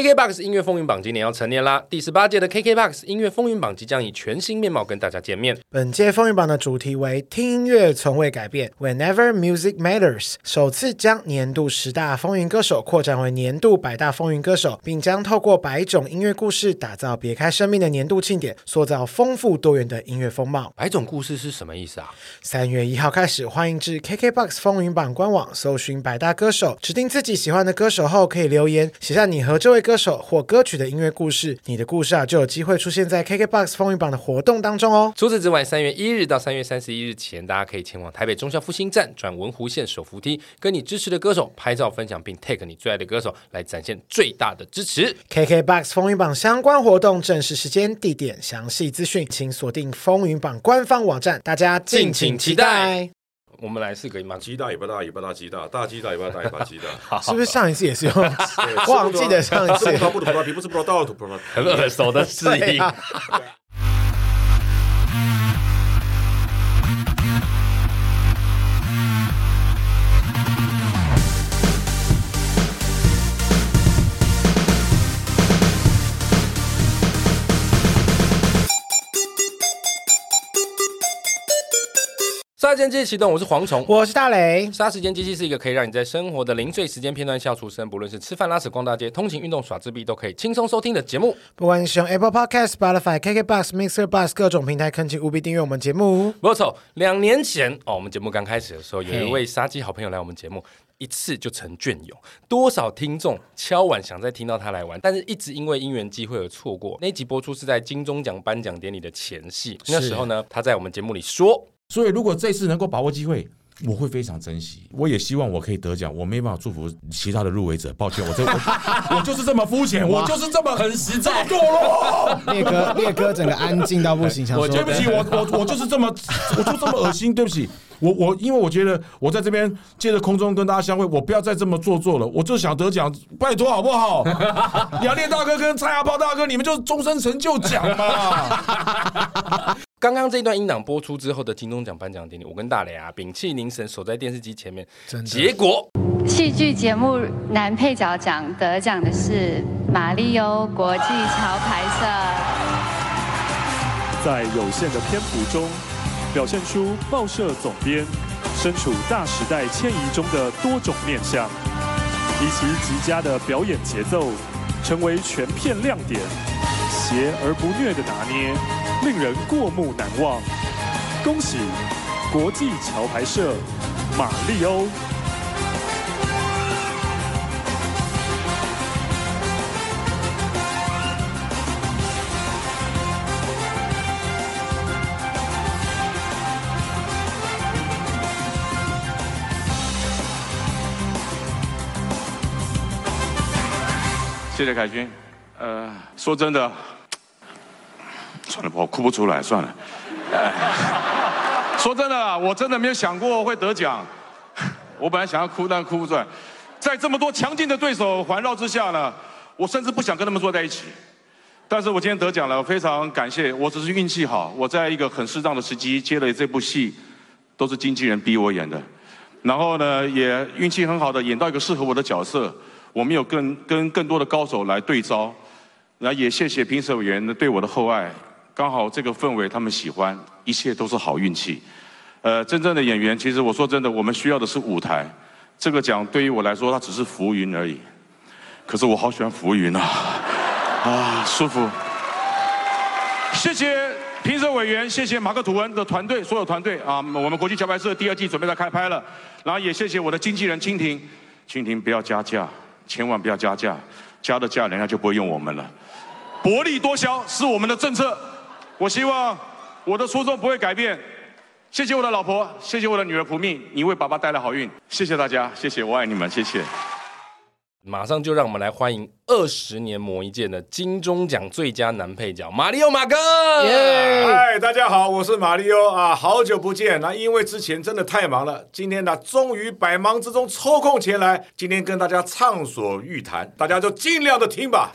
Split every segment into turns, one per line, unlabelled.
KKBOX 音乐风云榜今年要成年啦！第十八届的 KKBOX 音乐风云榜即将以全新面貌跟大家见面。
本届风云榜的主题为“听音乐从未改变 ”，Whenever Music Matters，首次将年度十大风云歌手扩展为年度百大风云歌手，并将透过百种音乐故事，打造别开生命的年度庆典，塑造丰富多元的音乐风貌。
百种故事是什么意思啊？
三月一号开始，欢迎至 KKBOX 风云榜官网搜寻百大歌手，指定自己喜欢的歌手后，可以留言写下你和这位歌手或歌曲的音乐故事。你的故事啊，就有机会出现在 KKBOX 风云榜的活动当中哦。
除此之外，三月一日到三月三十一日前，大家可以前往台北中校复兴站转文湖线手扶梯，跟你支持的歌手拍照分享，并 tag 你最爱的歌手，来展现最大的支持。
KKBOX 风云榜相关活动正式时间、地点、详细资讯，请锁定风云榜官方网站。大家敬请期待。
我们来四个姨妈，
鸡大尾巴大，尾巴大鸡大，大鸡大尾巴大，尾巴鸡大。
是不是上一次 也是用？
对
我好像记得上一次
啊吃。葡萄不吐葡萄皮，不吃葡萄倒吐葡萄皮。
很耳熟的适
对
应。
啊
杀时间机器启动，我是蝗虫。
我是大雷，
杀时间机器是一个可以让你在生活的零碎时间片段下出声，不论是吃饭、拉屎、逛大街、通勤、运动、耍自闭，都可以轻松收听的节目。
不管你使用 Apple Podcast、Spotify、KKBox、Mixer、Bus 各种平台，恳请务必订阅我们节 目。
没有错，两年前哦，我们节目刚开始的时候，有一位杀鸡好朋友来我们节目，一次就成隽永。多少听众敲碗想再听到他来玩，但是一直因为因缘机会而错过。那一集播出是在金钟奖颁奖典礼的前夕，那时候呢，他在我们节目里说，
所以如果这次能够把握机会，我会非常珍惜。我也希望我可以得奖，我没办法祝福其他的入围者，抱歉，我这 我我就是这么肤浅，我就是这么很实在，够了。
烈哥，烈哥整个安静到不行，想说
我对不起，我我我就是这么，我就这么恶心，对不起。我我因为我觉得我在这边借着空中跟大家相会，我不要再这么做作了，我就想得奖，拜托好不好？ 杨烈大哥跟蔡阿炮大哥，你们就是终身成就奖嘛。
刚刚这一段音档播出之后的金钟奖颁奖典礼，我跟大雷啊屏气凝神守在电视机前面，结果
戏剧节目男配角奖得奖的是马里欧国际桥牌社。
在有限的篇幅中，表现出报社总编身处大时代迁移中的多种面向，以其极佳的表演节奏，成为全片亮点，邪而不虐的拿捏，令人过目难忘。恭喜国际桥牌社马利欧！
谢谢凯军。呃，说真的，算了吧，我哭不出来，算了。哎，说真的啦，我真的没有想过会得奖。我本来想要哭，但哭不出来。在这么多强劲的对手环绕之下呢，我甚至不想跟他们坐在一起。但是我今天得奖了，我非常感谢。我只是运气好，我在一个很适当的时机接了这部戏，都是经纪人逼我演的。然后呢，也运气很好的演到一个适合我的角色，我们有更跟更多的高手来对招，然后也谢谢评审委员对我的厚爱，刚好这个氛围他们喜欢，一切都是好运气。呃，真正的演员，其实我说真的，我们需要的是舞台。这个奖对于我来说，它只是浮云而已。可是我好喜欢浮云啊，啊，舒服。谢谢评审委员，谢谢马克吐温的团队，所有团队啊，我们国际桥牌社第二季准备在开拍了，然后也谢谢我的经纪人蜻蜓，蜻蜓不要加价，千万不要加价，加了价人家就不会用我们了。薄利多销是我们的政策，我希望我的初衷不会改变。谢谢我的老婆，谢谢我的女儿蒲蜜，你为爸爸带来好运，谢谢大家，谢谢，我爱你们，谢谢。
马上就让我们来欢迎二十年磨一剑的金钟奖最佳男配角马里奥马哥。
嗨，大家好，我是马里欧啊，好久不见。那因为之前真的太忙了，今天呢、终于百忙之中抽空前来，今天跟大家畅所欲谈，大家就尽量的听吧。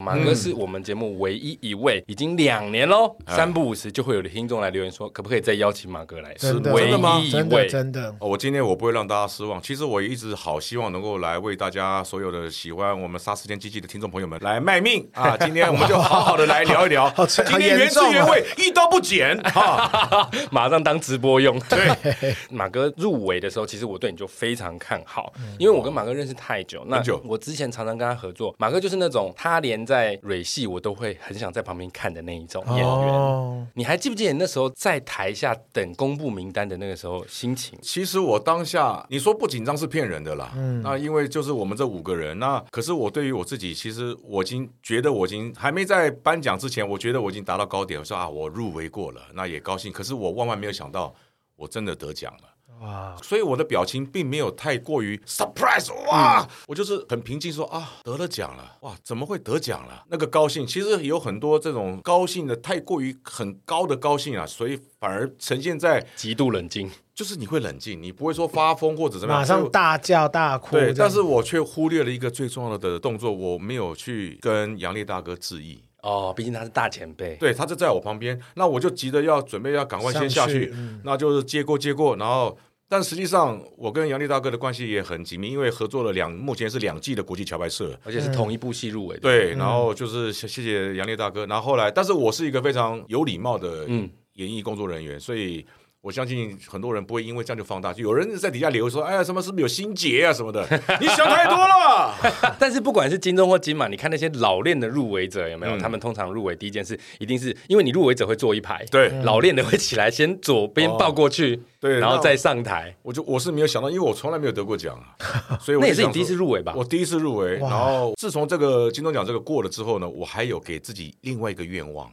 马哥
嗯
是我们节目唯一一位，已经两年喽，
啊
三不五时就会有的听众来留言说，可不可以再邀请马哥来？
真的
唯一一
真的
位。
真的，
哦，我今天我不会让大家失望。其实我一直好希望能够来为大家所有的喜欢我们《杀时时间机器的听众朋友们来卖 命啊！今天我们就好 好的来聊一聊，
好沉
今天原汁
好严重啊
原味，一刀不 剪啊哈。
马上当直播用。
对，
马哥入围的时候，其实我对你就非常看好，
嗯
因为我跟马哥认识太久，那
久
我之前常常跟他合作，马哥就是那种他连在蕊戏我都会很想在旁边看的那一种演员。
哦，
你还记不记得你那时候在台下等公布名单的那个时候心情？
其实我当下你说不紧张是骗人的啦，
嗯
那因为就是我们这五个人，那可是我对于我自己，其实我已经觉得我已经还没在颁奖之前，我觉得我已经达到高点，我说啊我入围过了，那也高兴，可是我万万没有想到我真的得奖了。哇！所以我的表情并没有太过于 surprise，哇！
嗯
我就是很平静说啊，得了奖了，哇，怎么会得奖了？那个高兴，其实有很多这种高兴的，太过于很高的高兴啊，所以反而呈现在
极度冷静，
就是你会冷静，你不会说发疯或者怎么样，
马
所
上
以
大叫大哭这
对，
样，
但是我却忽略了一个最重要的动作，我没有去跟杨烈大哥致意。
哦，毕竟他是大前辈。
对，他就在我旁边，那我就急着要准备要赶快先下
上
去，
去嗯
那就是接过接过，然后。但实际上，我跟杨烈大哥的关系也很紧密，因为合作了两，目前是两季的国际桥牌社。
而且是同一部戏入围的，
对，
嗯
然后就是谢谢谢杨烈大哥。然后后来，但是我是一个非常有礼貌的
嗯
演艺工作人员，所以我相信很多人不会因为这样就放大。有人在底下留言说：“哎呀，什么是不是有心结啊什 么的？”你想太多了。
但是不管是金钟或金马，你看那些老练的入围者有没有？
嗯
他们通常入围第一件事，一定是因为你入围者会坐一排，
对哦
老练的会起来先左边抱过去，
对
然
那
后再上台。
我就我是没有想到，因为我从来没有得过奖 啊，所以我
那
就
也是你
想说
第一次入围吧
我？第一次入围，然后自从这个金钟奖这个过了之后呢，我还有给自己另外一个愿望，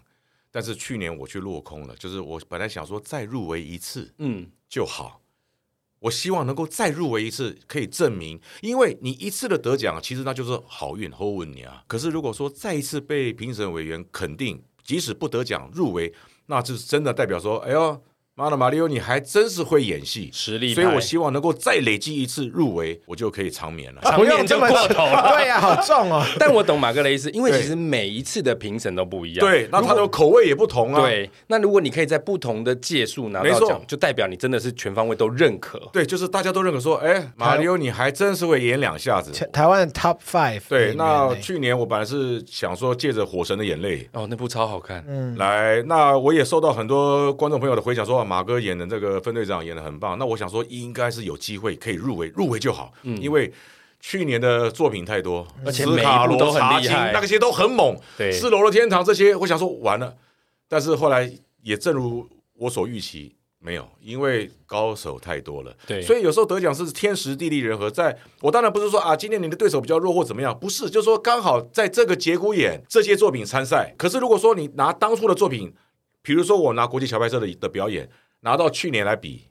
但是去年我去落空了，就是我本来想说再入围一次，
嗯，
就好。我希望能够再入围一次，可以证明，因为你一次的得奖，其实那就是好运后运你啊。可是如果说再一次被评审委员肯定，即使不得奖入围，那就是真的代表说，哎呦，妈的马里奥，你还真是会演戏，
实力派
所以我希望能够再累积一次入围，我就可以长眠 了。
常
不用
年就
这么
过头 了。
对呀、好重哦。
但我懂马哥的意思，因为
啊对
其实每一次的评审都不一样。
对，那他的口味也不同啊。
对，那如果你可以在不同的届数拿
没
到
错
奖，就代表你真的是全方位都认可。
对，就是大家都认可说，哎，马里奥，你还真是会演两下子。
台台湾的 Top Five
对，
里面
那
呢
去年我本来是想说，借着《火神的眼泪》，
哦，那部超好看。
来，那我也收到很多观众朋友的回响说，啊马哥演的这个分队长演的很棒。那我想说，应该是有机会可以入围，入围就好，因为。去年的作品太多，
而且
斯卡
每一部
罗
都很
查
厉
金
害
那些都很猛。
对
四楼的天堂这些，我想说完了，但是后来也正如我所预期，没有，因为高手太多了。
对
所以有时候得奖是天时地利人和。在我当然不是说啊，今天你的对手比较弱或怎么样，不是，就是说刚好在这个节骨眼，这些作品参赛。可是如果说你拿当初的作品，比如说我拿国际桥牌社的的表演，拿到去年来比，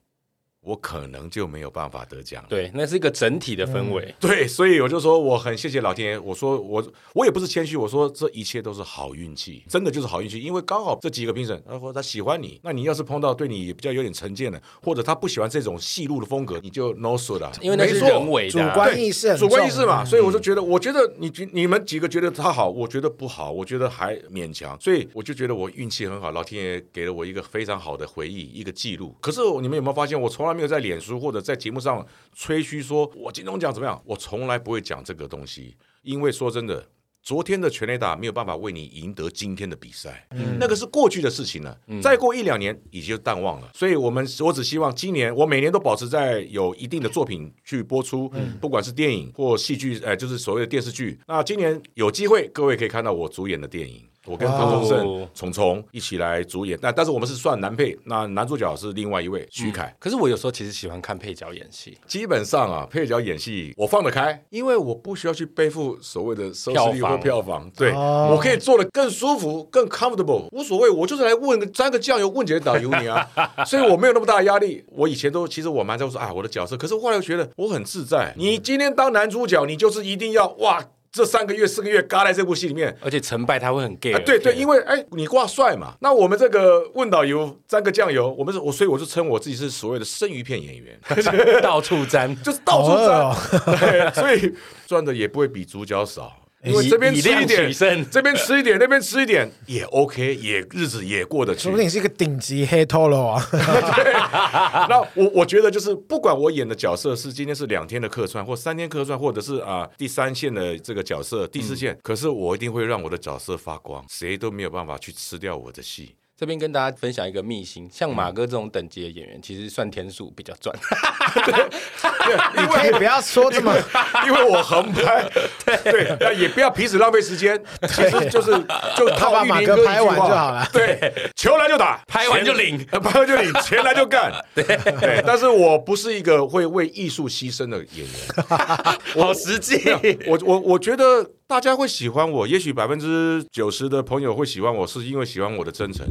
我可能就没有办法得奖了。
对，那是一个整体的氛围。
对，所以我就说我很谢谢老天爷。我说我我也不是谦虚，我说这一切都是好运气，真的就是好运气。因为刚好这几个评审，他说他喜欢你，那你要是碰到对你比较有点成见的，或者他不喜欢这种戏路的风格，你就 no s 的，
因为那是
没错
人为的啊、
主观意识很重
主
嗯
观意识嘛，所以我就觉得，我觉得你觉你们几个觉得他好，我觉得不好，我觉得还勉强，所以我就觉得我运气很好，老天爷给了我一个非常好的回忆，一个记录。可是你们有没有发现，我从来没有在脸书或者在节目上吹嘘说我金钟奖怎么样，我从来不会讲这个东西，因为说真的。昨天的全垒打没有办法为你赢得今天的比赛，
嗯
那个是过去的事情了。再过一两年，已经淡忘了。所以，我们我只希望今年，我每年都保持在有一定的作品去播出，
嗯
不管是电影或戏剧，呃，就是所谓的电视剧。那今年有机会，各位可以看到我主演的电影。我跟
哇
潘
哦
宗盛、虫虫一起来主演，那但是我们是算男配，那男主角是另外一位徐凯。
可是我有时候其实喜欢看配角演戏，
基本上啊，配角演戏我放得开，因为我不需要去背负所谓的收视率
票
或
房
票房，对、
哦
我可以做的更舒服、更 comfortable，无所谓，我就是来问个沾个酱油、问几个导游 你啊，所以我没有那么大的压力。我以前都其实我蛮在乎说啊我的角色，可是我后来又觉得我很自在。你今天当男主角，你就是一定要哇，这三个月、四个月嘎在这部戏里面，
而且成败他会很 gay、
啊，对对，因为哎，你挂帅嘛，那我们这个问导游沾个酱油，我们是我，所以我就称我自己是所谓的生鱼片演 员，
到处沾。
就是到处
好饿
哎沾，对所以赚的也不会比主角少。因为这边吃
以
一
量取
点
胜，
这边吃一点，那边吃一点也 OK，也日子也过得去
啊说。不定是一个顶级黑透露 啊！
那我我觉得就是，不管我演的角色是今天是两天的客串，或三天客串，或者是啊、第三线的这个角色，第四线，可是我一定会让我的角色发光，谁都没有办法去吃掉我的戏。
这边跟大家分享一个秘辛，像马哥这种等级的演员，其实算天数比较赚。
你可以不要说这么，
因为我横拍，对，那也不要彼此浪费时间，其实就是就
他
套
把
玉
马
林
哥
哥一
拍
句
完
话
就好了
对，球来就打，
拍完就领
钱拍完就领，钱来就干。对，但是我不是一个会为艺术牺牲的演员，
好实际，
我我我觉得大家会喜欢我，也许百分之九十的朋友会喜欢我，是因为喜欢我的真诚。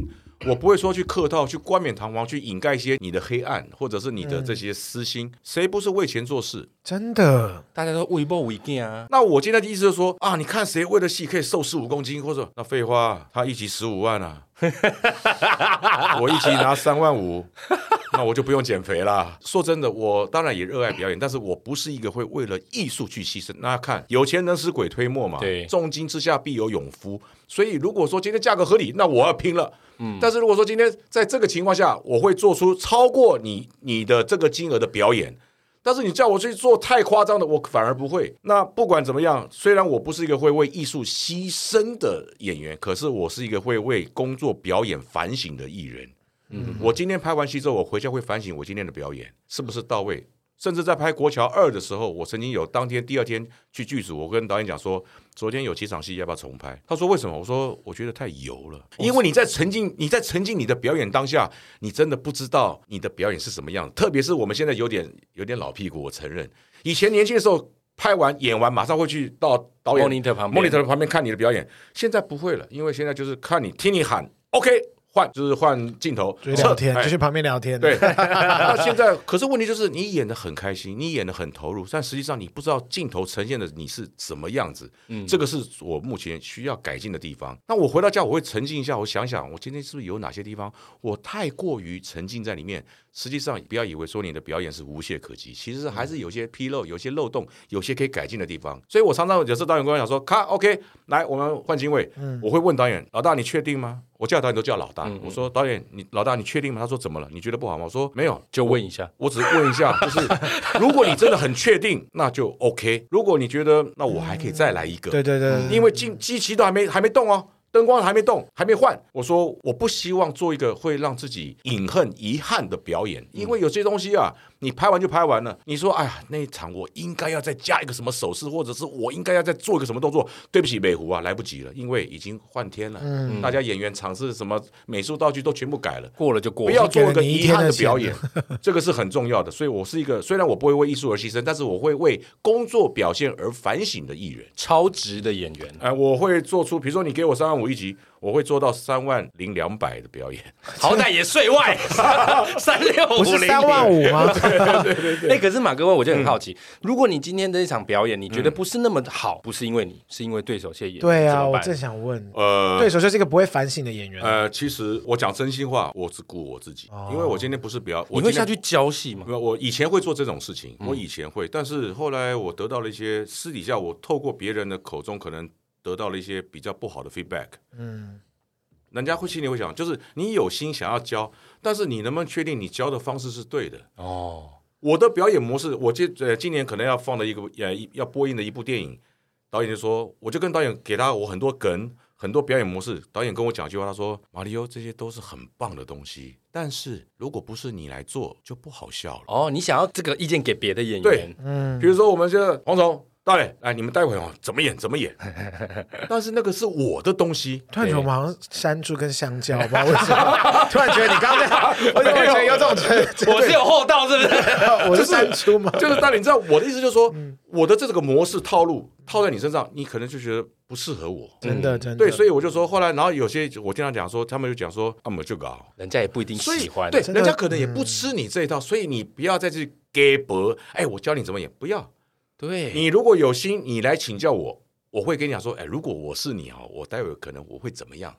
我不会说去客套、去冠冕堂皇、去掩盖一些你的黑暗，或者是你的这些私心。谁不是为钱做事？
真的
大家都微博微见啊，
那我今天的意思就是说啊，你看谁为了戏可以瘦十五公斤，或者那废话，他一集十五万啊，我一集拿三万五，那我就不用减肥啦。说真的，我当然也热爱表演，但是我不是一个会为了艺术去牺牲。那看有钱能使鬼推磨嘛，
对
重金之下必有勇夫。所以如果说今天价格合理，那我要拼了。嗯，但是如果说今天在这个情况下，我会做出超过你你的这个金额的表演，但是你叫我去做太夸张的，我反而不会。那不管怎么样，虽然我不是一个会为艺术牺牲的演员，可是我是一个会为工作表演反省的艺人。嗯，我今天拍完戏之后，我回家会反省我今天的表演是不是到位。甚至在拍《国桥二》的时候，我曾经有当天第二天去剧组，我跟导演讲说，昨天有几场戏要不要重拍？他说为什么？我说我觉得太油了，因为你在沉浸你在沉浸你的表演当下，你真的不知道你的表演是什么样的。特别是我们现在有点有点老屁股，我承认，以前年轻的时候拍完演完马上会去到导演
Monitor 旁边
monitor 旁边看你的表演，现在不会了，因为现在就是看你听你喊 OK 换就是换镜头，
就是聊天，
哎
就去旁边聊天。
对，，那现在可是问题就是你演的很开心，你演的很投入，但实际上你不知道镜头呈现的你是什么样子。嗯，这个是我目前需要改进的地方。那我回到家，我会沉浸一下，我想想，我今天是不是有哪些地方我太过于沉浸在里面？实际上，不要以为说你的表演是无懈可击，其实还是有些纰漏、有些漏洞、有些可以改进的地方。所以我常常有时候导演跟我讲说：“咔 OK，来，我们换镜位。”我会问导演：“老大，你确定吗？”我叫导演都叫老大，
嗯
我说导演，你老大你确定吗？他说怎么了？你觉得不好吗？我说没有，
就问一下，
我只是问一下，就是如果你真的很确定，那就 OK；如果你觉得那我还可以再来一个，
对对对，
因为机机器都还没还没动哦，灯光还没动，还没换。我说我不希望做一个会让自己隐恨遗憾的表演，因为有些东西啊，你拍完就拍完了，你说哎呀那一场我应该要再加一个什么手势，或者是我应该要再做一个什么动作，对不起美湖啊，来不及了，因为已经换天了，大家演员场次什么美术道具都全部改了。
过了就过
不
了，
要做一个遗憾的表演，这个是很重要的。所以我是一个虽然我不会为艺术而牺牲，但是我会为工作表现而反省的艺人。
超值的演员，
哎，我会做出，比如说你给我三万五一集，我会做到三万零两百的表演。
好歹也税外三六
不
五
是
零，
三 万五 吗？
哎、可是马哥问，我就很好奇，如果你今天的一场表演，你觉得不是那么好，不是因为你，是因为对手谢演员，
对
怎
啊，
么
我
办
正想问，
呃，
对手就是一个不会反省的演员。
呃，其实我讲真心话，我只顾我自己，因为我今天不是表，我
你会
今天
下去教戏吗？
没有，我以前会做这种事情，我以前会，但是后来我得到了一些私底下，我透过别人的口中可能得到了一些比较不好的 feedback。嗯，人家会心里会想，就是你有心想要教，但是你能不能确定你教的方式是对的？
哦，
我的表演模式，我今呃今年可能要放的一个呃一要播映的一部电影，导演就说，我就跟导演给他我很多梗，很多表演模式。导演跟我讲一句话，他说：“啊马里欧，这些都是很棒的东西，但是如果不是你来做，就不好笑了。”
哦，你想要这个意见给别的演员
对，比如说我们现在黄总导演，哎，你们待会哦怎么演怎么演，但是那个是我的东西，
突然觉得我们好像山猪跟香蕉，不知道为什 么。突然觉得你刚才，我怎么觉得有种觉得
我是有厚道，是不是？
我是山猪吗？
就是当你知道我的意思，就是说、我的这个模式套路套在你身上，你可能就觉得不适合我。
真的真的，
嗯对，所
以
以我就说，后来，然后有些我听他讲说，他们就讲说，啊，我们就搞，
人家也不一定
所以
喜欢，
对，
真的嗯
人家可能也不吃你这一套，所以你不要再去 g 博，哎，我教你怎么演，不要。
对，
你如果有心，你来请教我，我会跟你讲说，哎，如果我是
嗯
嗯
你哦，我待会可能我会怎么样，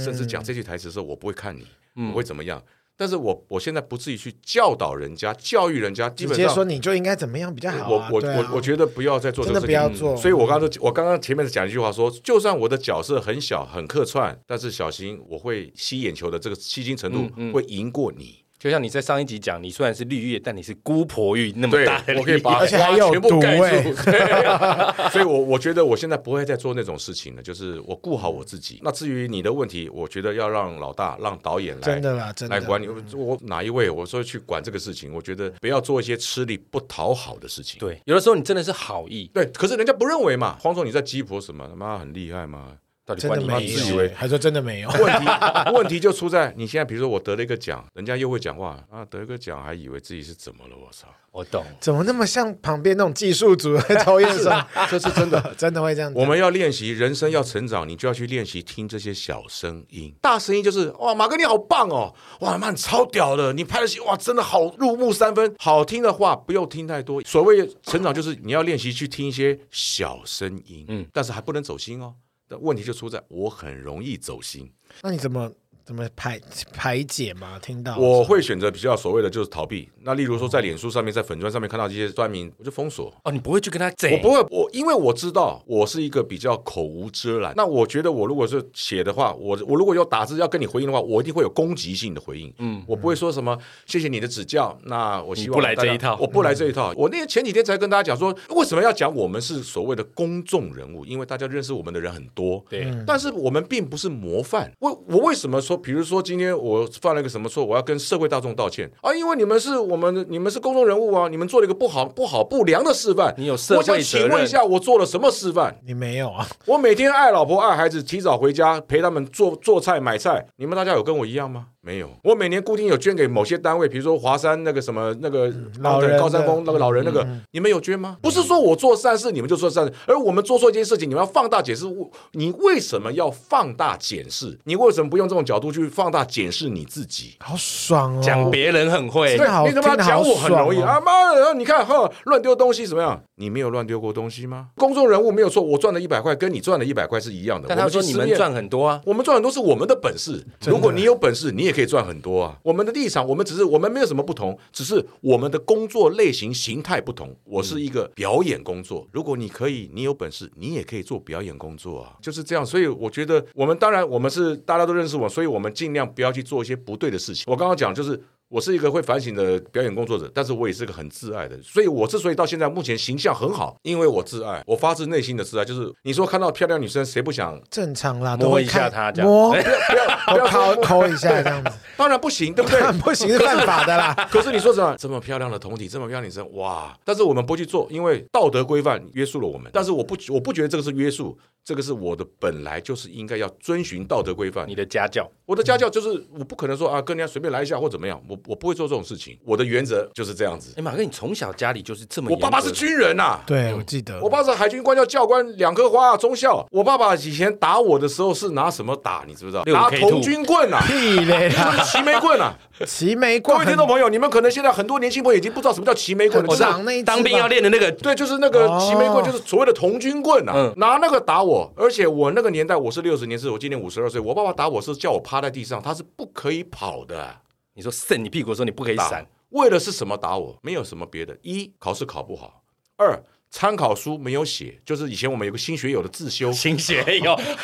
甚至讲这句台词的时候，我不会看你，我会怎么样。但是我我现在不至于去教导人家、教育人家，基
直
本
接
上
说你就应该怎么样比较好
我
啊、
我
对啊
我我觉得不要再做这
真的
个事
不
情。
要做，
所以我刚刚就我刚刚前面讲一句话说，就算我的角色很小很客串，但是小心我会吸眼球的这个吸睛程度
嗯嗯
会赢过你。
就像你在上一集讲，你虽然是绿叶，但你是姑婆玉那么
对
大的，
我可以把
而且 还
花
有
全部
赌欸
盖住
位。
对啊所以我我觉得我现在不会再做那种事情了，就是我顾好我自己。那至于你的问题，我觉得要让老大、让导演来
真的啦，真的
来管理。我哪一位，我说去管这个事情，我觉得不要做一些吃力不讨好的事情。
对，有的时候你真的是好意，
对，可是人家不认为嘛。黄总，你在鸡婆什么？他妈很厉害吗？
到底
真
关
的
你
没
屁事？
有，欸还说真的没有，
问题 问题就出在你现在，比如说我得了一个奖，人家又会讲话啊，得一个奖还以为自己是怎么了？我操！
我懂。
怎么那么像旁边那种技术组在抽烟上？ 这是真的， 真的会这样讲。
我们要练习人生，要成长，你就要去练习听这些小声音。大声音就是哇，马哥你好棒哦，哇，妈你超屌的，你拍的戏哇真的好入木三分。好听的话不用听太多。所谓成长，就是你要练习去听一些小声音，嗯
嗯，
但是还不能走心哦。但问题就出在我很容易走心，
那你怎么怎么排排解嘛？听到
我会选择比较所谓的就是逃避。那例如说在脸书上面，在粉砖上面看到这些酸民，我就封锁。
哦，你不会去跟他
我
贼？
不会，我因为我知道我是一个比较口无遮拦。那我觉得我如果是写的话，我我如果有打字要跟你回应的话，我一定会有攻击性的回应。嗯，我不会说什么谢谢你的指教。那我希望
你不来
大家
这一套嗯
我不来这一套。我那天前几天才跟大家讲说，为什么要讲我们是所谓的公众人物？因为大家认识我们的人很多。
对，
但是我们并不是模范。我我为什么说，比如说今天我犯了一个什么错，我要跟社会大众道歉啊？因为你们是我们的，你们是公众人物啊，你们做了一个不好、不好、不良的示范。
你有社会
我想
责
请
任
问一下，我做了什么示范？
你没有啊？
我每天爱老婆、爱孩子，提早回家陪他们做做菜、买菜。你们大家有跟我一样吗？没有。我每年固定有捐给某些单位，比如说华山那个什么那个
老人的嗯
高山峰那个老人那个，你们有捐吗？不是说我做善事你们就做善事，而我们做错一件事情，你们要放大解释。我你为什么要放大检视？你为什么不用这种角度去放大检视你自己？
好爽哦！
讲别人很会
真，的好
对，你他妈
真的好
讲我很容易
爽哦
啊妈的！你看哈，乱丢东西怎么样？你没有乱丢过东西吗？公众人物没有错，我赚了一百块，跟你赚了一百块是一样的。
但他
我去
说你们
失恋
赚很多啊。
我们赚很多是我们的本事。如果你有本事，你也可以赚很多啊。我们的立场，我们只是我们没有什么不同，只是我们的工作类型形态不同。我是一个表演工作，如果你可以，你有本事，你也可以做表演工作啊，就是这样。所以我觉得，我们当然我们是大家都认识我，所以我们尽量不要去做一些不对的事情。我刚刚讲就是。我是一个会反省的表演工作者，但是我也是个很自爱的，所以我之所以到现在目前形象很好，因为我自爱，我发自内心的自爱，就是你说看到漂亮女生，谁不想
正常啦，
摸
都会
一下
看
他这样
摸，
不要不
都
要
抠
说
抠一下这样子，
当然不行，对不对？
不行是犯法的啦。
可是你说什么？这么漂亮的酮体，这么漂亮的女生，哇！但是我们不去做，因为道德规范约束了我们。但是我不，我不觉得这个是约束，这个是我的本来就是应该要遵循道德规范
你。的家教，
我的家教就是我不可能说啊，跟人家随便来一下或怎么样，我我不会做这种事情。我的原则就是这样子。
哎，马哥，你从小家里就是这么
我
严格的，
爸爸是军人呐、
对，我记得
嗯我爸是海军官校教官，两颗花、啊，中校。我爸爸以前打我的时候是拿什么打？你知不知道？
六五
拿
K
铜军棍啊，
屁嘞啦，
齐眉棍啊。
齐眉
各
冠
位听众朋友，你们可能现在很多年轻朋友已经不知道什么叫齐眉棍了，
很
就是
长那一只吧
哦当兵要练的那个，
对，就是那个
哦
齐眉棍，就是所谓的童军棍啊，
嗯
拿那个打我。而且我那个年代，我是六十年是我今年五十二岁，我爸爸打我是叫我趴在地上，他是不可以跑的，啊
你说扇你屁股的时候你不可以
打
闪，。
为了是什么打我？没有什么别的，一考试考不好，二参考书没有写，就是以前我们有个新学友的自修，
新学友，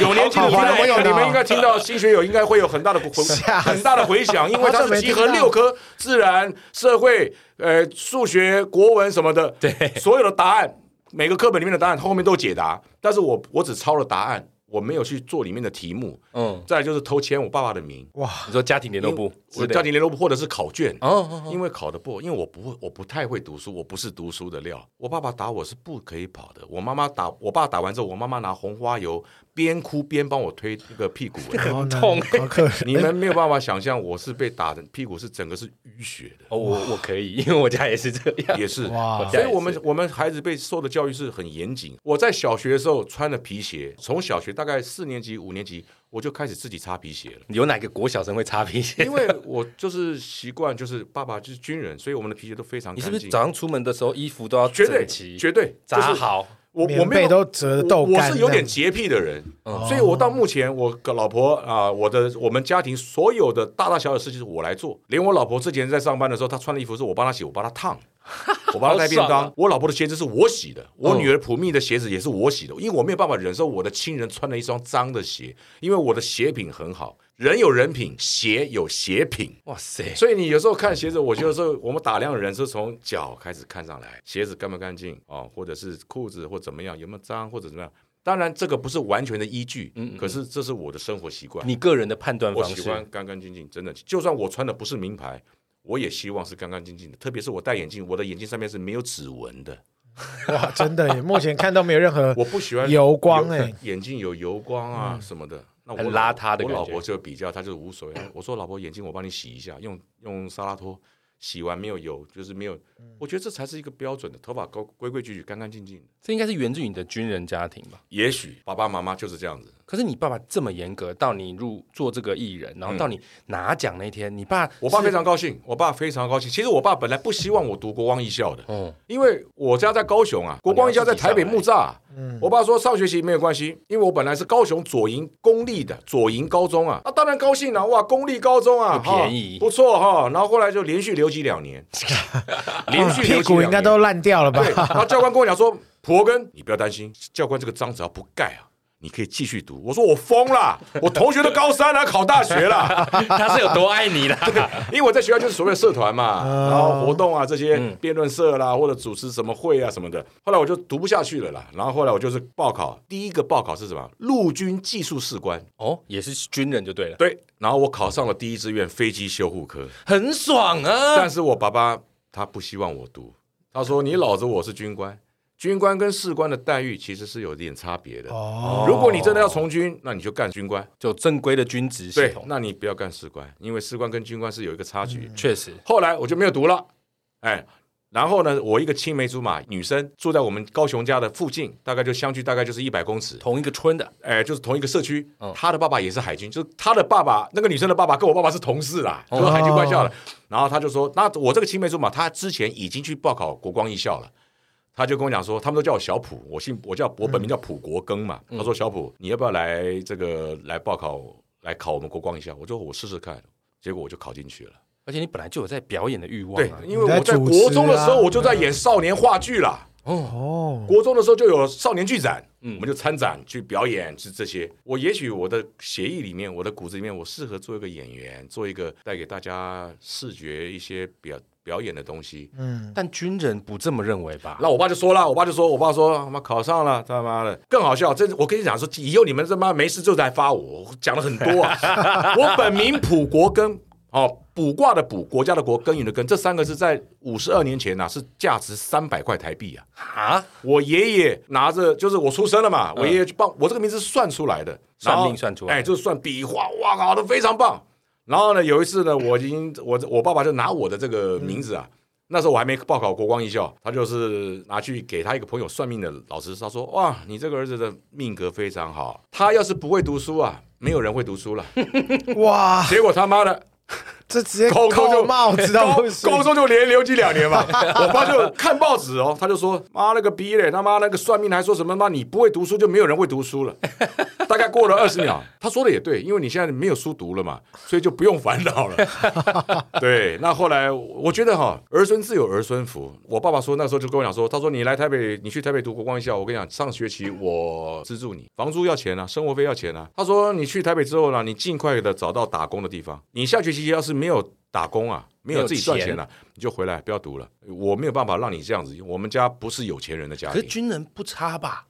有年纪的
好好
听众
好
朋友，
好
你们应该听到新学友应该会有很大的回
吓死
很大的回响，因为它是集合六科自然、社会、呃数学、国文什么的，对所有的答案，每个课本里面的答案后面都有解答，但是我我只抄了答案，我没有去做里面的题目。
嗯，
再来就是偷签我爸爸的名，
哇，
你说家庭联络部之
我
类的，
家庭联络部或者是考卷，
哦哦哦，
因为考的不，因为我不会，我不太会读书，我不是读书的料。我爸爸打我是不可以跑的，我妈妈打我爸打完之后，我妈妈拿红花油边哭边帮我推那个 屁股、哎
好难
痛
好可
你们没有办法想象，我是被打的屁股是整个是淤血 的，
哦，我我可以，因为我家也是这样，
也是。
我
哇，
家
所
也
以
是
我们我们孩子被受的教育是很严谨。我在小学的时候穿了皮鞋，从小学大概四年级、五年级我就开始自己擦皮鞋了。
有哪个国小生会擦皮鞋？
因为我就是习惯，就是爸爸就是军人，所以我们的皮鞋都非常
你
干
是
净。
不是早上出门的时候衣服都要
绝对
整齐，
绝对
扎
就是
好？
我我
棉
没
被
有
都折得豆
我我
干
是有
这
点
样
洁癖的人，
哦
所以我到目前，我跟老婆啊、我的我们家庭所有的大大小小事情是我来做，连我老婆之前在上班的时候，她穿的衣服是我帮她洗，我帮她 烫。我帮她带便
好
当，
爽啊
我老婆的鞋子是我洗的，我
嗯
女儿普密的鞋子也是我洗的，因为我没有办法忍受我的亲人穿了一双脏的鞋，因为我的鞋品很好，人有人品，鞋有鞋品，
哇塞，
所以你有时候看鞋子，我觉得说我们打量人是从脚开始看上来，鞋子干不干净哦，或者是裤子或怎么样有没有脏或者怎么样。当然这个不是完全的依据，可是这是我的生活习惯。
嗯你个人的判断
我
方
喜
式，
欢干干净净，真的，就算我穿的不是名牌，我也希望是干干净净的。特别是我戴眼镜，我的眼睛上面是没有指纹的，
哇，真的耶，目前看到没有任 何
我不喜欢
油光哎，
眼镜有油光啊什么的。那我
嗯很
老
邋遢的
我
感
老
觉
婆就比较，她就无所谓。啊我说老婆，眼镜我帮你洗一下，用用沙拉拖洗完没有油，就是没有。
嗯
我觉得这才是一个标准的，头发高规规矩矩、干干净净的。
这应该是源自于你的军人家庭吧？
也许爸爸妈妈就是这样子，
可是你爸爸这么严格，到你入做这个艺人，然后到你拿奖那天，你嗯爸
我爸
是
非常高兴，我爸非常高兴。其实我爸本来不希望我读国光艺校的，
哦
因为我家在高雄啊，国光艺校在台北木栅。啊
哎嗯
我爸说上学期没有关系，因为我本来是高雄左营公立的左营高中啊，那、当然高兴了、哇，公立高中啊，
又便宜
哈不错哈、然后后来就连续留级 两年，连
啊
续留
屁
级两
股
年
应该都烂掉了吧
对。？然后教官跟我讲说，普根，你不要担心，教官这个章只要不盖啊。你可以继续读。我说我疯了，我同学都高三了、考大学了。
他是有多爱你啦？
因为我在学校就是所谓的社团嘛，然后活动啊这些
嗯
辩论社啦，或者主持什么会啊什么的。后来我就读不下去了啦，然后后来我就是报考，第一个报考是什么？陆军技术士官。
哦，也是军人就对了，
对，然后我考上了第一志愿飞机修护科，
很爽啊！
但是我爸爸他不希望我读，他说你老子我是军官。军官跟士官的待遇其实是有点差别的。哦，如果你真的要从军，那你就干军官。
就正规的军职系
对
统，，
那你不要干士官，因为士官跟军官是有一个差距。
确实
后来我就没有读了，哎，然后呢，我一个青梅竹马女生住在我们高雄家的附近，大概就相距大概就是一百公尺，
同一个村的，
哎，就是同一个社区
嗯。
她的爸爸也是海军，就是她的爸爸，那个女生的爸爸跟我爸爸是同事啦，就是海军官校的。然后她就说，那我这个青梅竹马，她之前已经去报考国光艺校了。她就跟我讲说，他们都叫我小普，我姓我叫我本名叫普国庚嘛。她说小普，你要不要来这个来报考来考我们国光艺校？我说我试试看，结果我就考进去了。
而且你本来就有在表演的欲望
对
啊，。
因为我在
你在主持啊
国中的时候，我就在演少年话剧啦。
哦，
国中的时候就有少年剧展，
嗯
我们就参展去表演，是这些。我也许我的协议里面，我的骨子里面，我适合做一个演员，做一个带给大家视觉一些表表演的东西。
但军人不这么认为吧？
那我爸就说了，我爸就说，我爸说，他妈考上了，他妈的，更好笑。这我跟你讲说，以后你们他妈没事就来发我，我讲了很多啊。我本名普国庚，哦，卜卦的卜，国家的国，耕耘的耕，这三个字在五十二年前呐、是价值三百块台币啊。
啊，
我爷爷拿着，就是我出生了嘛，我爷爷就帮我这个名字是算出来的，
嗯算命
然后
算出来的
哎，就算笔画，哇，搞得非常棒。然后呢，有一次呢，我已经我我爸爸就拿我的这个名字
嗯
啊，那时候我还没报考国光艺校，他就是拿去给他一个朋友算命的老师，他说：“哇，你这个儿子的命格非常好，他要是不会读书啊，没有人会读 书了。
哇”，
结果他妈的，
这直接
高中
扣
就
帽子到不行
高，高中就连留级两年 嘛。我爸就看报纸哦，他就说：“妈了个逼嘞，他妈那个算命的还说什么妈你不会读书就没有人会 读书了。”大概过了二十秒，他说的也对，因为你现在没有书读了嘛，所以就不用烦恼了。 对，那后来我觉得哈，儿孙自有儿孙福。我爸爸说那时候就跟我讲说，他说你来台北，你去台北读国光艺校，我跟你讲，上学期我资助你，房租要钱啊，生活费要钱啊。他说你去台北之后呢，你尽快的找到打工的地方。你下学期要是没有打工啊，没有自己赚钱了、你就回来，不要读了。我没有办法让你这样子，我们家不是有钱人的家
可是
庭，
军人不差吧？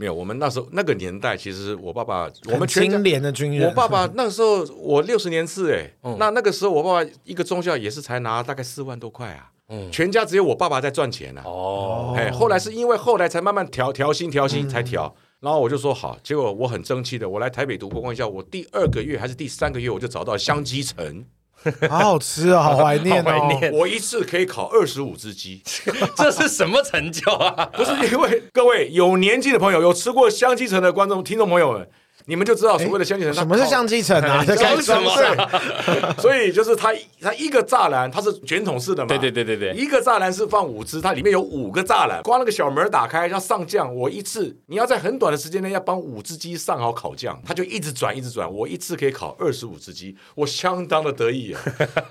没有。我们那时候那个年代，其实我爸爸，我
我
们
们
全家
清廉的军人，
我爸爸那时候我六十年次哎、
嗯
那那个时候我爸爸一个中校也是才拿大概四万多块啊，
嗯
全家只有我爸爸在赚钱啊。
哦，
哎，后来是因为后来才慢慢调调薪调
嗯
薪才调。然后我就说好，结果我很争气的，我来台北读国光校，我第二个月还是第三个月我就找到香鸡城，
好好吃 哦，好怀念
好怀
哦
念。
我一次可以烤二十五 只鸡，
这是什么成就啊？
不是因为各位有年纪的朋友，有吃过香鸡城的观众听众朋友们，你们就知道所谓的相继成它
哎什么是
靠
相继成啊？
你
在
知道
干什么？
对所以就是它它一个栅栏，它是卷筒式的嘛？
对对对对对
一个栅栏是放五只，它里面有五个栅栏，光那个小门打开要上酱，我一次你要在很短的时间内要帮五只鸡上好烤酱，它就一直转一直转，我一次可以烤二十五只鸡，我相当的 得意啊！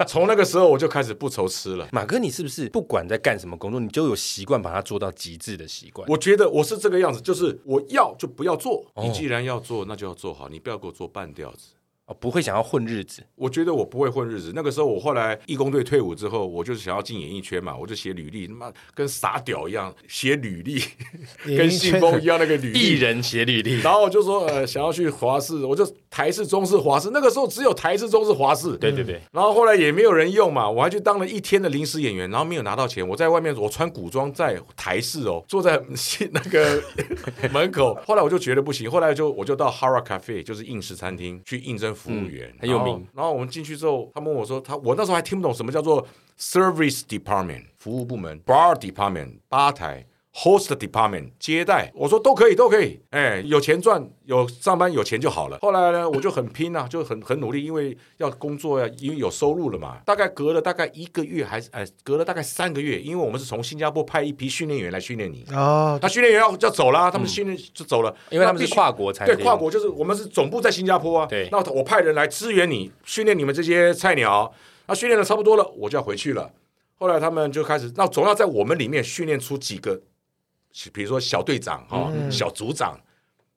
从那个时候我就开始不愁吃了。
马哥，你是不是不管在干什么工作，你就有习惯把它做到极致的习惯？
我觉得我是这个样子，就是我要就不要做，
哦
你既然要做，那就要做好，你不要给我做半吊子。
我哦不会想要混日子，
我觉得我不会混日子。那个时候，我后来义工队退伍之后，我就是想要进演艺圈嘛，我就写履历，他妈跟傻屌一样写履历，跟信封一样那个履
艺
历。
人写履历。
然后我就说，呃，想要去华视，我就台视、中视、华视。那个时候只有台视、中视、华视。
对对对，
然后后来也没有人用嘛，我还去当了一天的临时演员，然后没有拿到钱。我在外面，我穿古装在台式哦，坐在那 个门口。后来我就觉得不行，后来就我就到 Hara Cafe，就是应试餐厅去应征服务员，
嗯很有
然后
名。
然后我们进去之后，他们问我说，他我那时候还听不懂什么叫做 service department 服务部门，bar department 吧台。host department 接待，我说都可以，都可以，哎，有钱赚，有上班有钱就好了。后来呢，我就很拼啊，就很很努力，因为要工作呀、因为有收入了嘛。大概隔了大概一个月，还是哎，隔了大概三个月，因为我们是从新加坡派一批训练员来训练你。
哦，
那训练员要要走啊啦，他们训练就走了，
因为他们
那必
是
须
跨国餐
对
厅
跨国就是我们是总部在新加坡啊，
对
那我派人来支援你，训练你们这些菜鸟，那训练的差不多了，我就要回去了。后来他们就开始，那总要在我们里面训练出几个，比如说小队长哈、小组长，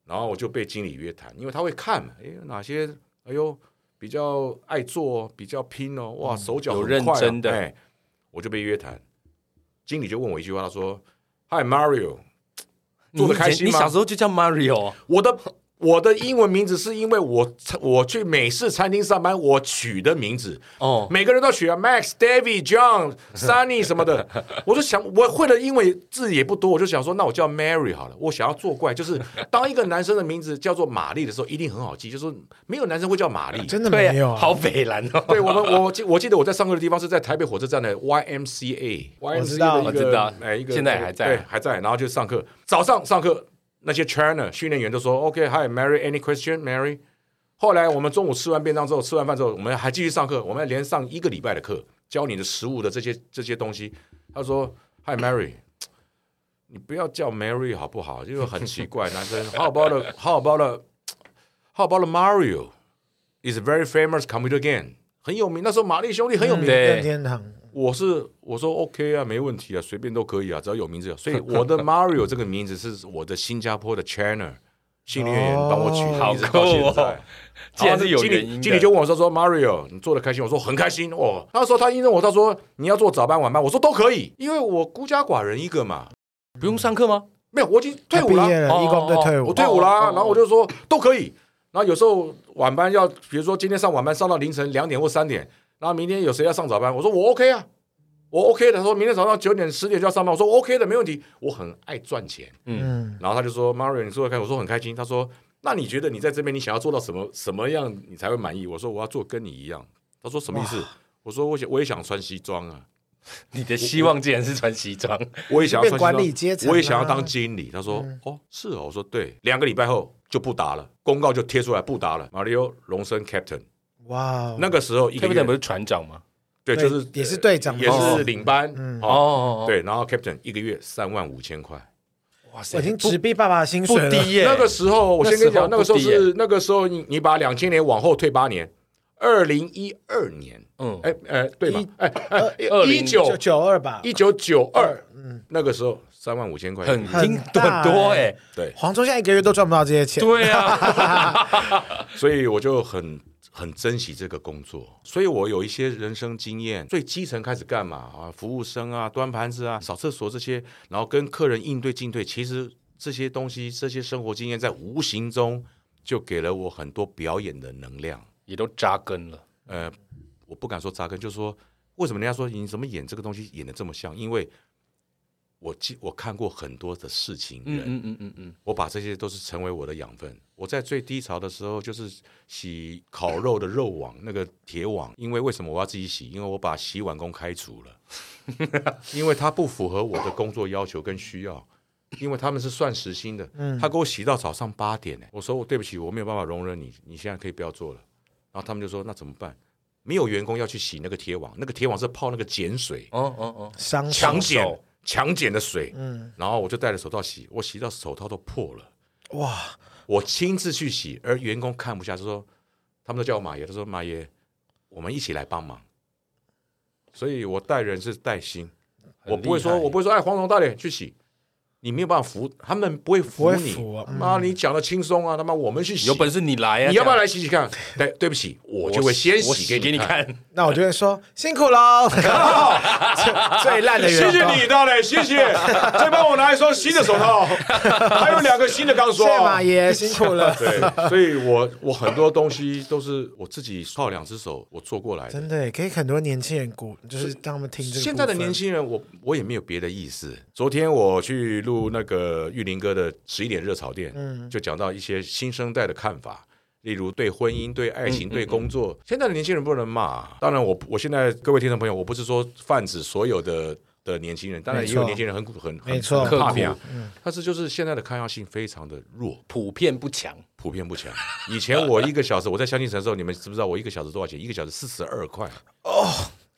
然后我就被经理约谈，因为他会看嘛，哎，哪些哎呦比较爱做哦，比较拼哦，哇，手脚
嗯有
很
认
快啊
真的
哎，我就被约谈。经理就问我一句话，他说：“Hi Mario，
你以
做得
前
开心
你
吗
小时候就叫 Mario，
我的我的英文名字是因为我我去美式餐厅上班，我取的名字。
哦
每个人都取啊，Max、David、John、Sunny 什么的。我就想，我会的英文字也不多，我就想说，那我叫 Mary 好了。我想要作怪，就是当一个男生的名字叫做玛丽的时候，一定很好记，就是没有男生会叫玛丽。
真的
对
没有
啊，
啊？
好北蓝哦。
对我们，我记我记得我在上课的地方是在台北火车站的 YMCA，我
知道
我知道
哎，一个
现在还在
对还在，然后就上课，早上上课那些 China 训练员都说 OK，Hi，Mary，any question，Mary。后来我们中午吃完便当之后，吃完饭之后，我们还继续上课，我们连上一个礼拜的课，教你的食物的这些这些东西。他说：“Hi，Mary。”你不要叫 Mary 好不好？因为很奇怪， 男生 How about the, How about the, How about the Mario is a very famous computer game，很有名。那时候玛丽兄弟很有名，
嗯任
嗯对，
天堂
我是我说 OK 啊，没问题啊，随便都可以啊，只要有名字就好。所以我的 Mario 这个名字是我的新加坡的 China 训练员帮我取的，
好
一直到现
酷
在。
哦既然是有原因
经
的
理经理就问我说说 Mario，你做的开心？我说很开心哦。那时候他因为我，他说你要做早班晚班，我说都可以，因为我孤家寡人一个嘛，
不用上课吗？
没有我已经退
他
伍
毕
了
业，了，
哦
义工队退
我
伍，
退伍
哦
啦，
哦
然后我就说都可以。然后有时候晚班要，比如说今天上晚班上到凌晨两点或三点，然后明天有谁要上早班，我说我 OK 啊，我 OK 的。他说明天早上九点十点就要上班，我说我 OK 的，没问题。我很爱赚钱，
嗯，
然后他就说 Mario，你做的开心，我说很开心。他说那你觉得你在这边你想要做到什么什么样你才会满意？我说我要做跟你一样。他说什么意思？我说我想我也想穿西装啊，
你的希望竟然是穿西装，
我也想要
变
穿
管
西装
理阶层啊嗯
我也想
啦
要当经理。他说：“哦，是哦。”我说：“对。”两个礼拜后就不打了，公告就贴出来不打了。马里奥荣升 captain，
哇，哦
那个时候一个
特别的不
月
是船长吗？
对，
对
就是呃
也是队长
也
哦
是领班哦，
哦，
对，然后 captain 一个月三万五千块。
哇塞，
我已经
不
直逼爸爸的薪
不
水了，
低耶。
那个时候我先跟你讲，
那个
那个
时
时
候不
候
低耶
是那个时候你你把两千年往后退八年，二零一二年，
嗯
哎哎对嘛
一，
哎哎
20
一九
九九二吧，
一九九二，
嗯
那个时候三万五千块，
很
很
听
大
很多哎，
对。
黄忠现在一个月都赚不到这些钱，
对啊，
所以我就很很珍惜这个工作，所以我有一些人生经验。最基层开始干嘛啊？服务生啊，端盘子啊，扫厕所这些，然后跟客人应对进退。其实这些东西，这些生活经验，在无形中就给了我很多表演的能量。
也都扎根了。
呃，我不敢说扎根，就是说为什么人家说你怎么演这个东西演的这么像？因为我记我看过很多的事情人，
嗯嗯嗯嗯嗯，
我把这些都是成为我的养分。我在最低潮的时候，就是洗烤肉的肉网那个铁网，因为为什么我要自己洗？因为我把 洗碗工开除了，因为他不符合我的工作要求跟需要。因为他们是算时薪的。他给我洗到早上八点呢、欸我说我对不起，我没有办法容忍你，你现在可以不要做了。然后他们就说那怎么办？没有员工要去洗那个铁网，那个铁网是泡那个碱水，
哦哦哦，
伤口
强碱
手
强碱的水。嗯，然后我就戴着手套洗，我洗到手套都破了。
哇，
我亲自去洗，而员工看不下，就说他们都叫我马爷，他说马爷，我们一起来帮忙。所以我带人是带心，
很
我不会
厉
说，
害
我不会说，哎，黄总大脸去洗，你没有办法服，他们不会服你。
不会服啊嗯
妈，你讲的轻松啊，他妈我们去洗，
有本事你来啊！
你要不要
这样？
来洗洗看？对，对不起，我就会先
我
洗给
给你
你看。
看。
那我就会说辛苦 喽，最最烂的员
谢
工。
谢你，大磊，谢谢，再帮我拿一双新的手套，还有两个新的钢
谢
刷。
谢马爷辛苦了，
对，所以我我很多东西都是我自己靠两只手我做过来的。
真的耶给很多年轻人鼓，就是让他们听这个部分。
现在的年轻人，我我也没有别的意思。昨天我去录那个玉林哥的十一点热炒店，
嗯
就讲到一些新生代的看法。例如对婚姻、对爱
嗯
情、对工作，现在的年轻人不能骂。当然我，我现在各位听众朋友，我不是说泛指所有的的年轻人，当然也
没
有
错
年轻人很很很
没错
很怕
刻苦
拼啊但是就是现在的抗压性非常的弱。
普遍不强，
普遍不强。以前我一个小时，我在相亲城的时候，你们知不知道我一个小时多少钱？一个小时四十二块哦，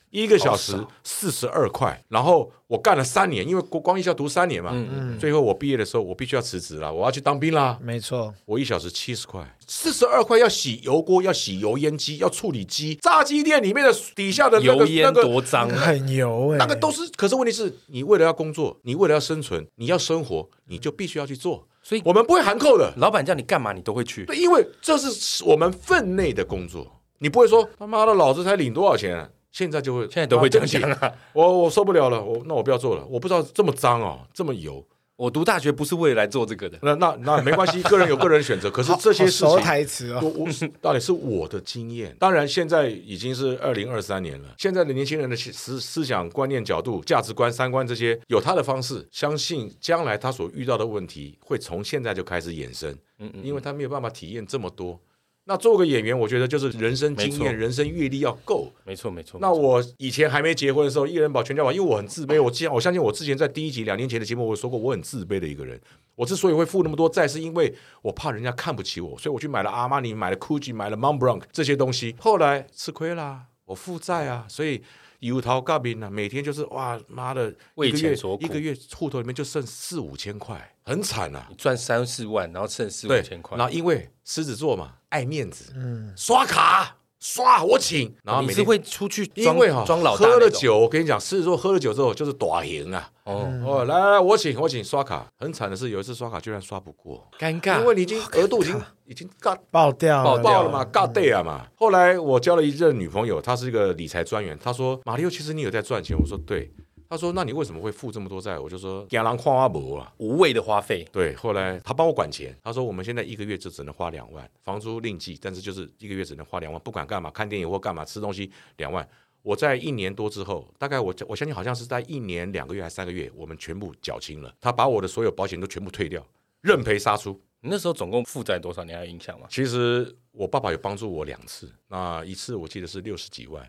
一个小时四十二块。然后我干了三年，因为国光艺校读三年嘛，
嗯
最后我毕业的时候，我必须要辞职了，我要去当兵啦。
没错，
我一小时七十块，四十二块要洗油锅，要洗油烟机，要处理机，炸鸡店里面的底 下的那
油
个
烟
那个
多脏，啊
很油哎，
那个都是，可是问题是你为了要工作，你为了要生存，你要生活，你就必须要去做。
所以
我们不会含扣的，
老板叫你干嘛你都会去。
对，因为这是我们分内的工作，你不会说他妈的老子才领多少钱啊、现在就会
现在都会这样
对
讲
不起
啊！
我我受不了了，我那我不要做了，我不知道这么脏哦，这么油，
我读大学不是为了来做这个的，
那那那没关系，个人有个人选择，可是这些
好
事
熟
情。
台词哦，
我我到底是我的经验，当然现在已经是二零二三年了。现在的年轻人的思思想观念、角度、价值观、三观这些，有他的方式，相信将来他所遇到的问题会从现在就开始衍生，嗯嗯，因为他没有办法体验这么多。那做个演员，我觉得就是人生经
没错
验、人生阅历要够。
没错没错。
那我以前还没结婚的时候，一人保全家保，因为我很自卑。我之前我相信我之前在第一集两年前的节目，我有说过我很自卑的一个人。我之所以会付那么多债，是因为我怕人家看不起我，所以我去买了阿玛尼，买了 GUCCI，买了 Montblanc 这些东西。后来吃亏啦，我负债啊，所以油桃嘎宾啊，每天就是哇妈的，
为
一个
钱
月
所苦
一个月户头里面就剩四五千块，很惨啊。
赚三四万，然后剩四
对
五千，块
然，后因为狮子座嘛，爱面子，嗯，刷卡刷我请，然
哦
后
你
每
是
天
会出去
因
装
为哈、
装老大
喝了
那种
酒，我跟你讲，狮子座喝了酒之后就是短行啊。
哦，
哦，来来来，我请我请刷卡。很惨的是，有一次刷卡居然刷不过，
尴尬，
因为你已经额度已经已经尬
爆掉
爆
了，
掉嗯
爆了嘛，尬 day 啊嘛。后来我交了一任女朋友，她是一个理财专员，她说：“马里奥，其实你有在赚钱。”我说：“对。”她说：“那你为什么会负这么多债？”我就说：“给人看阿伯啊。”
无谓的花费，
对，后来他帮我管钱，他说我们现在一个月就只能花两万，房租另计，但是就是一个月只能花两万，不管干嘛，看电影或干嘛，吃东西两万。我在一年多之后，大概我我相信好像是在一年两个月还是三个月，我们全部缴清了。他把我的所有保险都全部退掉，认赔杀出。
你那时候总共负债多少？你还有印象吗？
其实我爸爸有帮助我两次，那一次我记得是六十几万，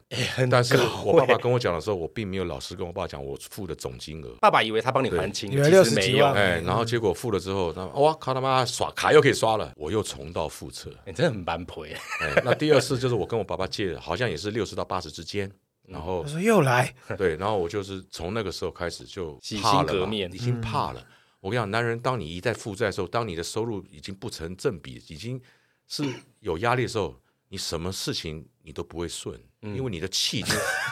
但是我爸爸跟我讲的时候，我并没有老实跟我爸讲我付的总金额。
爸爸以为他帮你还清，
对
其实
以为60
没
几
有。
万
哎
哎，然后结果付了之后，那哇靠他妈刷卡又可以刷了，我又重蹈覆辙。
你真的很蛮婆耶，
哎，那第二次就是我跟我爸爸借的，好像也是六十到八十之间。然后
我说又来，
对，然后我就是从那个时候开始就
嗯洗
怕
心
了
革
嘛
面嗯
已经怕了。我跟你讲，男人当你一再负债的时候，当你的收入已经不成正比，已经是有压力的时候，你什么事情你都不会顺，
嗯
因为你的气已经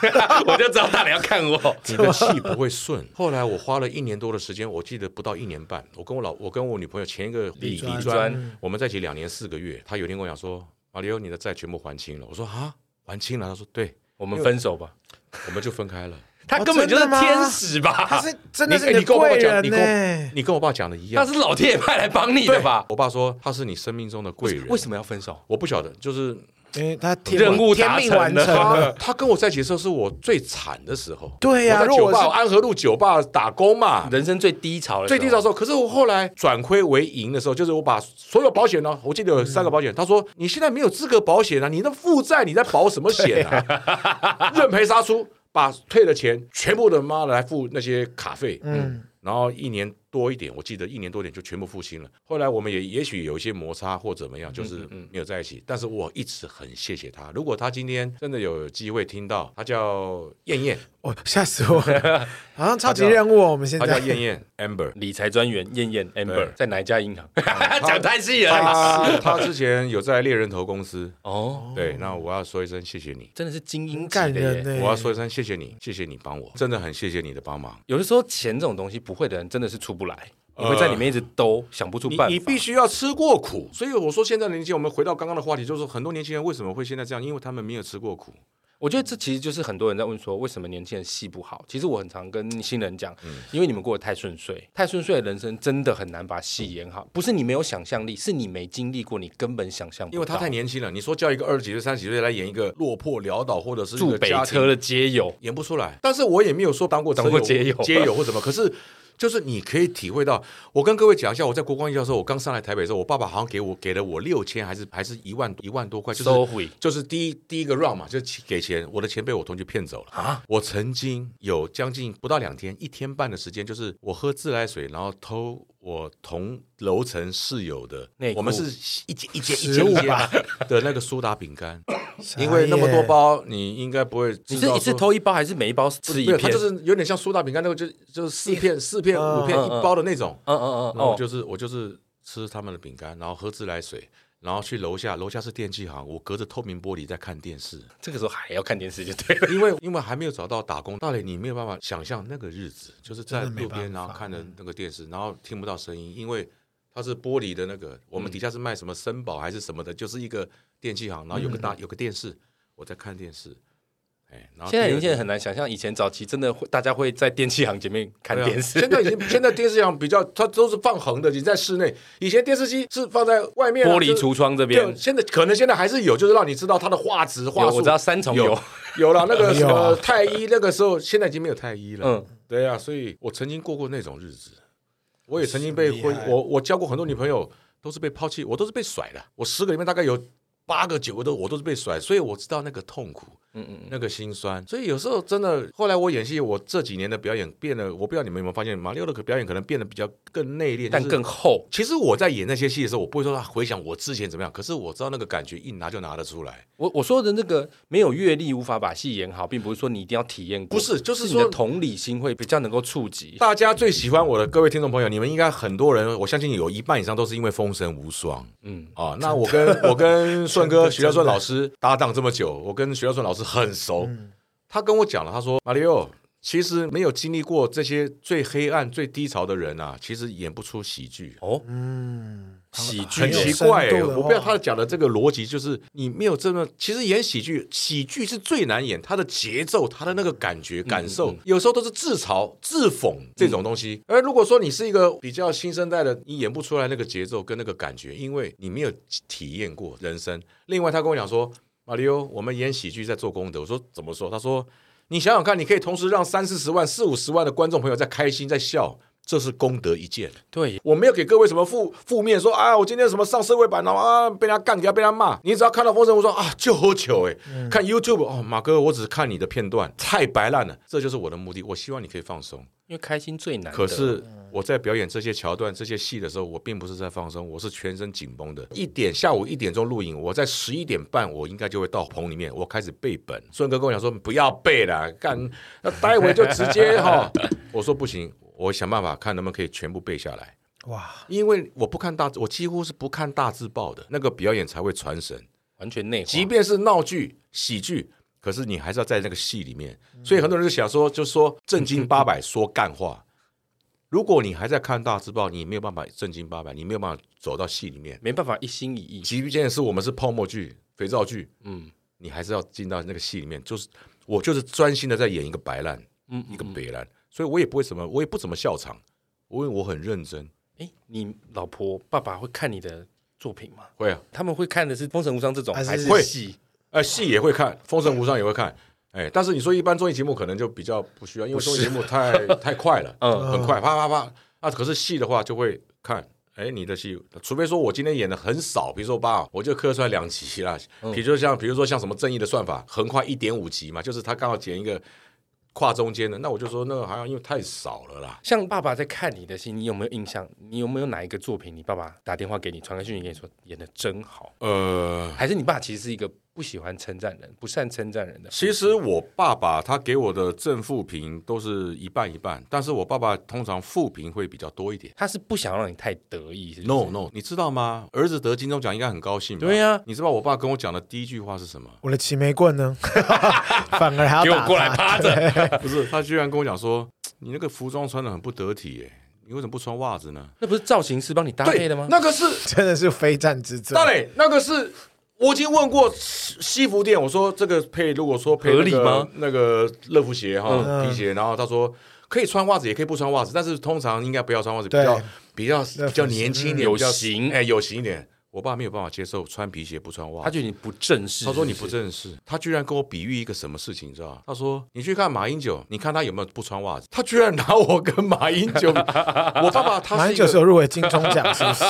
我就知道大脸要看我。
你的气不会顺。后来我花了一年多的时间，我记得不到一年半，我跟我老我跟我女朋友前一个李
专
李专，我们在一起两年四个月，她有一天跟我讲说：“马里奥，你的债全部还清了。”我说：“啊，还清了？”她说：“对，
我们分手吧，
我们就分开了。
他根本就是
真的吗
天使吧？
他是 真的
啊你
是
你跟
的
我爸
贵
讲，
人欸
你
呢、
跟我你跟我爸讲的一
他
样，
是老天爷派来帮你的吧？
我爸说他是你生命中的贵人。
为什么要分手？
我不晓得， 就是
因为他天
任务
天
达
命
成
完
了
成了，
他跟我在一起的时候是我最惨的时候。
对呀
我在
如
酒
果
吧
是
安和路酒吧打工嘛，
人生最低潮的时
最
候
低潮的时候，可是我后来转亏为盈的时候，就是我把所有保险呢，我记得有三个保险，他说你现在没有资格保险啊，你那负债你在保什么险啊？ 认赔杀出，把退的钱全部的妈的来付那些卡费，嗯，然后一年多一点，我记得一年多一点就全部复兴了。后来我们也也许有一些摩擦或怎么样，就是没有在一起。但是我一直很谢谢他。如果他今天真的有机会听到，他叫燕燕，
哦，吓死 我了！好像超级任务哦，我们现
他叫
在
燕燕 Amber。
理财专员燕燕 Amber
对嗯
在哪一家银行？ 讲太细了。
他他之前有在猎人头公司，
哦，
对，那我要说一声谢谢你，
真的是精英级
很
的
感人欸
耶。
呢。
我要说一声谢谢你，谢谢你帮我，真的很谢谢你的帮忙。
有的时候钱这种东西，不会的人真的是出不来，你会在里面一直兜，想不出
嗯你
办法。
你必须要吃过苦，所以我说现在的年轻，我们回到刚刚的话题，就是很多年轻人为什么会现在这样，因为他们没有吃过苦。
我觉得这其实就是很多人在问说，为什么年轻人戏不好？其实我很常跟新人讲，
嗯
因为你们过得太顺遂，太顺遂的人生真的很难把戏演好。不是你没有想象力，是你没经历过，你根本想象不到。
因为他太年轻了，你说叫一个二十几岁、三十几岁来演一个落魄潦倒，或者是一
住
个
北
家庭
车的街友，
演不出来。但是我也没有说当过
当过
车
街友
街友或什么。可是就是你可以体会到，我跟各位讲一下，我在国光艺校的时候，我刚上来台北的时候，我爸爸好像给我给了我六千，还是还是一万一万多块，就是
收回
就是第一第一个 round 嘛，就是给钱，我的钱被我同学骗走了啊！我曾经有将近不到两天，一天半的时间，就是我喝自来水，然后偷。我同楼层室友的
内，裤
我们是一间一间一
食
间
物
一间
吧
的那个苏打饼 干，
傻眼
因为那么多，包，你应该不会
哎
知
你是
道
一次
说
偷一包，还是每一包吃一
对，
片？
它就是有点像苏打饼干那个，就就是四片、四片、五片一包的那种。
嗯嗯嗯，
然
哦，
后就是我就是吃他们的饼干，然后喝自来水，然后去楼下，楼下是电器行，我隔着透明玻璃在看电视，
这个时候还要看电视就对了。
因为因为还没有找到打工，到底你没有办法想象那个日子，就是在
真的没
路
办
边
法嗯
然后看着那个电视，然后听不到声音，因为它是玻璃的那个，我们
嗯
底下是卖什么森宝还是什么的，就是一个电器行，然后
嗯
有个大有个电视，我在看电视。哎，
啊
然后
现在
第二
年轻
天
人很难想象，以前早期真的会大家会在电器行前面看
对啊
电 视，
现在已经现在电视上比较，它都是放横的，你在室内。以前电视机是放在外面啊、
玻璃
就是
橱窗这边
就现在可能现在还是有，就是让你知道它的画质、画
有
术。
我知道三重有
有有了 那个什
有啊
么太医，那个时候现在已经没有太医了。
嗯
嗯，对啊，所以我曾经过过那种日子，我也曾经被
厉
婚
害，
我我交过很多女朋友，都是被抛弃，我都是被甩的。我十个里面大概有八个九个都我都是被甩，所以我知道那个痛苦。
嗯嗯嗯，
那个心酸，所以有时候真的，后来我演戏，我这几年的表演变得，我不知道你们有没有发现，马六的表演可能变得比较更内敛，
但
就是
更厚。
其实我在演那些戏的时候，我不会说啊回想我之前怎么样，可是我知道那个感觉一拿就拿得出来。
我我说的那个没有阅历无法把戏演好，并不是说你一定要体验过，
不是就是
你的
说
同理心会比较能够触及。
大家最喜欢我的各位听众朋友，你们应该很多人，我相信有一半以上都是因为《封神无双》。嗯，哦，那我跟我跟顺哥徐孝顺老师搭档这么久，我跟徐孝顺老师很熟，他跟我讲了，他说马里奥。其实没有经历过这些最黑暗、最低潮的人啊，其实演不出喜剧，
哦，嗯，喜剧
很
有
奇
深
怪、
度
欸。
的
我不知道
话
他讲的这个逻辑，就是你没有这么……其实演喜剧，喜剧是最难演，它的节奏、它的那个感觉、感受，
嗯
有时候都是自嘲、自讽这种东西。而如果说你是一个比较新生代的，你演不出来那个节奏跟那个感觉，因为你没有体验过人生。另外，他跟我讲说：“马里欧，我们演喜剧在做功德。”我说：“怎么说？”他说：“你想想看，你可以同时让三四十万、四五十万的观众朋友在开心、在笑，这是功德一件。”
对，
我没有给各位什么负负面说啊，我今天什么上社会版了啊，被人家干，给他被他骂。你只要看到封神，我说啊，就好糗哎、看 YouTube 哦，马哥，我只看你的片段，太白烂了，这就是我的目的。我希望你可以放松。
因为开心最难得。
可是我在表演这些桥段、这些戏的时候，我并不是在放松，我是全身紧绷的。一点下午一点钟录影，我在十一点半，我应该就会到棚里面，我开始背本。顺哥跟我讲说不要背了，干，那待会就直接哈。我说不行，我想办法看能不能可以全部背下来。
哇，
因为我不看大字，我几乎是不看大字报的，那个表演才会传神。
完全内化，
即便是闹剧、喜剧，可是你还是要在那个戏里面。所以很多人就想说，就说正经八百说干话。如果你还在看大字报，你没有办法正经八百，你没有办法走到戏里面。
没办法一心一意。
即便是我们是泡沫剧、肥皂剧，嗯，你还是要进到那个戏里面。就是我就是专心的在演一个白烂，嗯，一个北烂，所以我也不会什么，我也不怎么笑场，因为我很认真。
哎，你老婆爸爸会看你的作品吗？
会啊，
他们会看的是《封神无双》这种，
啊还是
还是
会
戏？
呃，戏也会看，《封神无双》也会看。哎，但是你说一般综艺节目可能就比较不需要，因为综艺节目太太快了，
嗯
嗯，很快，啪啪啪。啊，可是戏的话就会看，哎，你的戏，除非说我今天演的很少，比如说吧，我就刻出来两 集啦，比如说像比如说像什么正义的算法，横跨一点五集嘛，就是他刚好剪一个跨中间的，那我就说那个好像因为太少了啦。
像爸爸在看你的戏，你有没有印象？你有没有哪一个作品，你爸爸打电话给你，传个讯息给你说演的真好？
呃，
还是你爸其实是一个不喜欢称赞人、不善称赞人的？
其实我爸爸他给我的正负评都是一半一半，但是我爸爸通常负评会比较多一点。
他是不想让你太得意，是不是
No no，你知道吗？儿子得金钟奖应该很高兴吧？
对呀
你知道我爸跟我讲的第一句话是什么？
我的齐眉棍呢，反而还要
给我
打
过来
他
趴 着，
不是，他居然跟我讲说，你那个服装穿的很不得体耶，你为什么不穿袜子呢？
那不是造型师帮你搭配的吗？
那个是
真的是非战之罪。
大磊，那个是我已经问过西西服店，我说这个配如果说配、那
合
个、
理吗？
那个乐福鞋哈、
嗯
皮鞋，然后他说可以穿袜子，也可以不穿袜子，但是通常应该不要穿袜子，比
对
较比较
乐福鞋
比较年轻一点，
嗯
比较
有型
哎，有型一点。我爸没有办法接受穿皮鞋不穿袜
他
子。
觉得你不正式，
他说你
是
不
是，
正式，他居然跟我比喻一个什么事情，你知道吗？他说你去看马英九，你看他有没有不穿袜子？他居然拿我跟马英 九比，我爸爸他
马
是
英
一
九
个
是有入围金钟奖，是不是？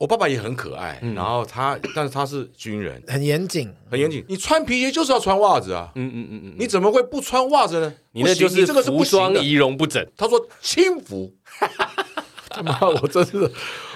我爸爸也很可爱，
嗯
然后他但是他是军人，
很严 谨，
很严谨。你穿皮鞋就是要穿袜子啊，
嗯嗯嗯嗯，
你怎么会不穿袜子呢？
你那就
不行你这个是
服
不行
装
的。
仪容不整。
他说轻浮， 他妈，我真是，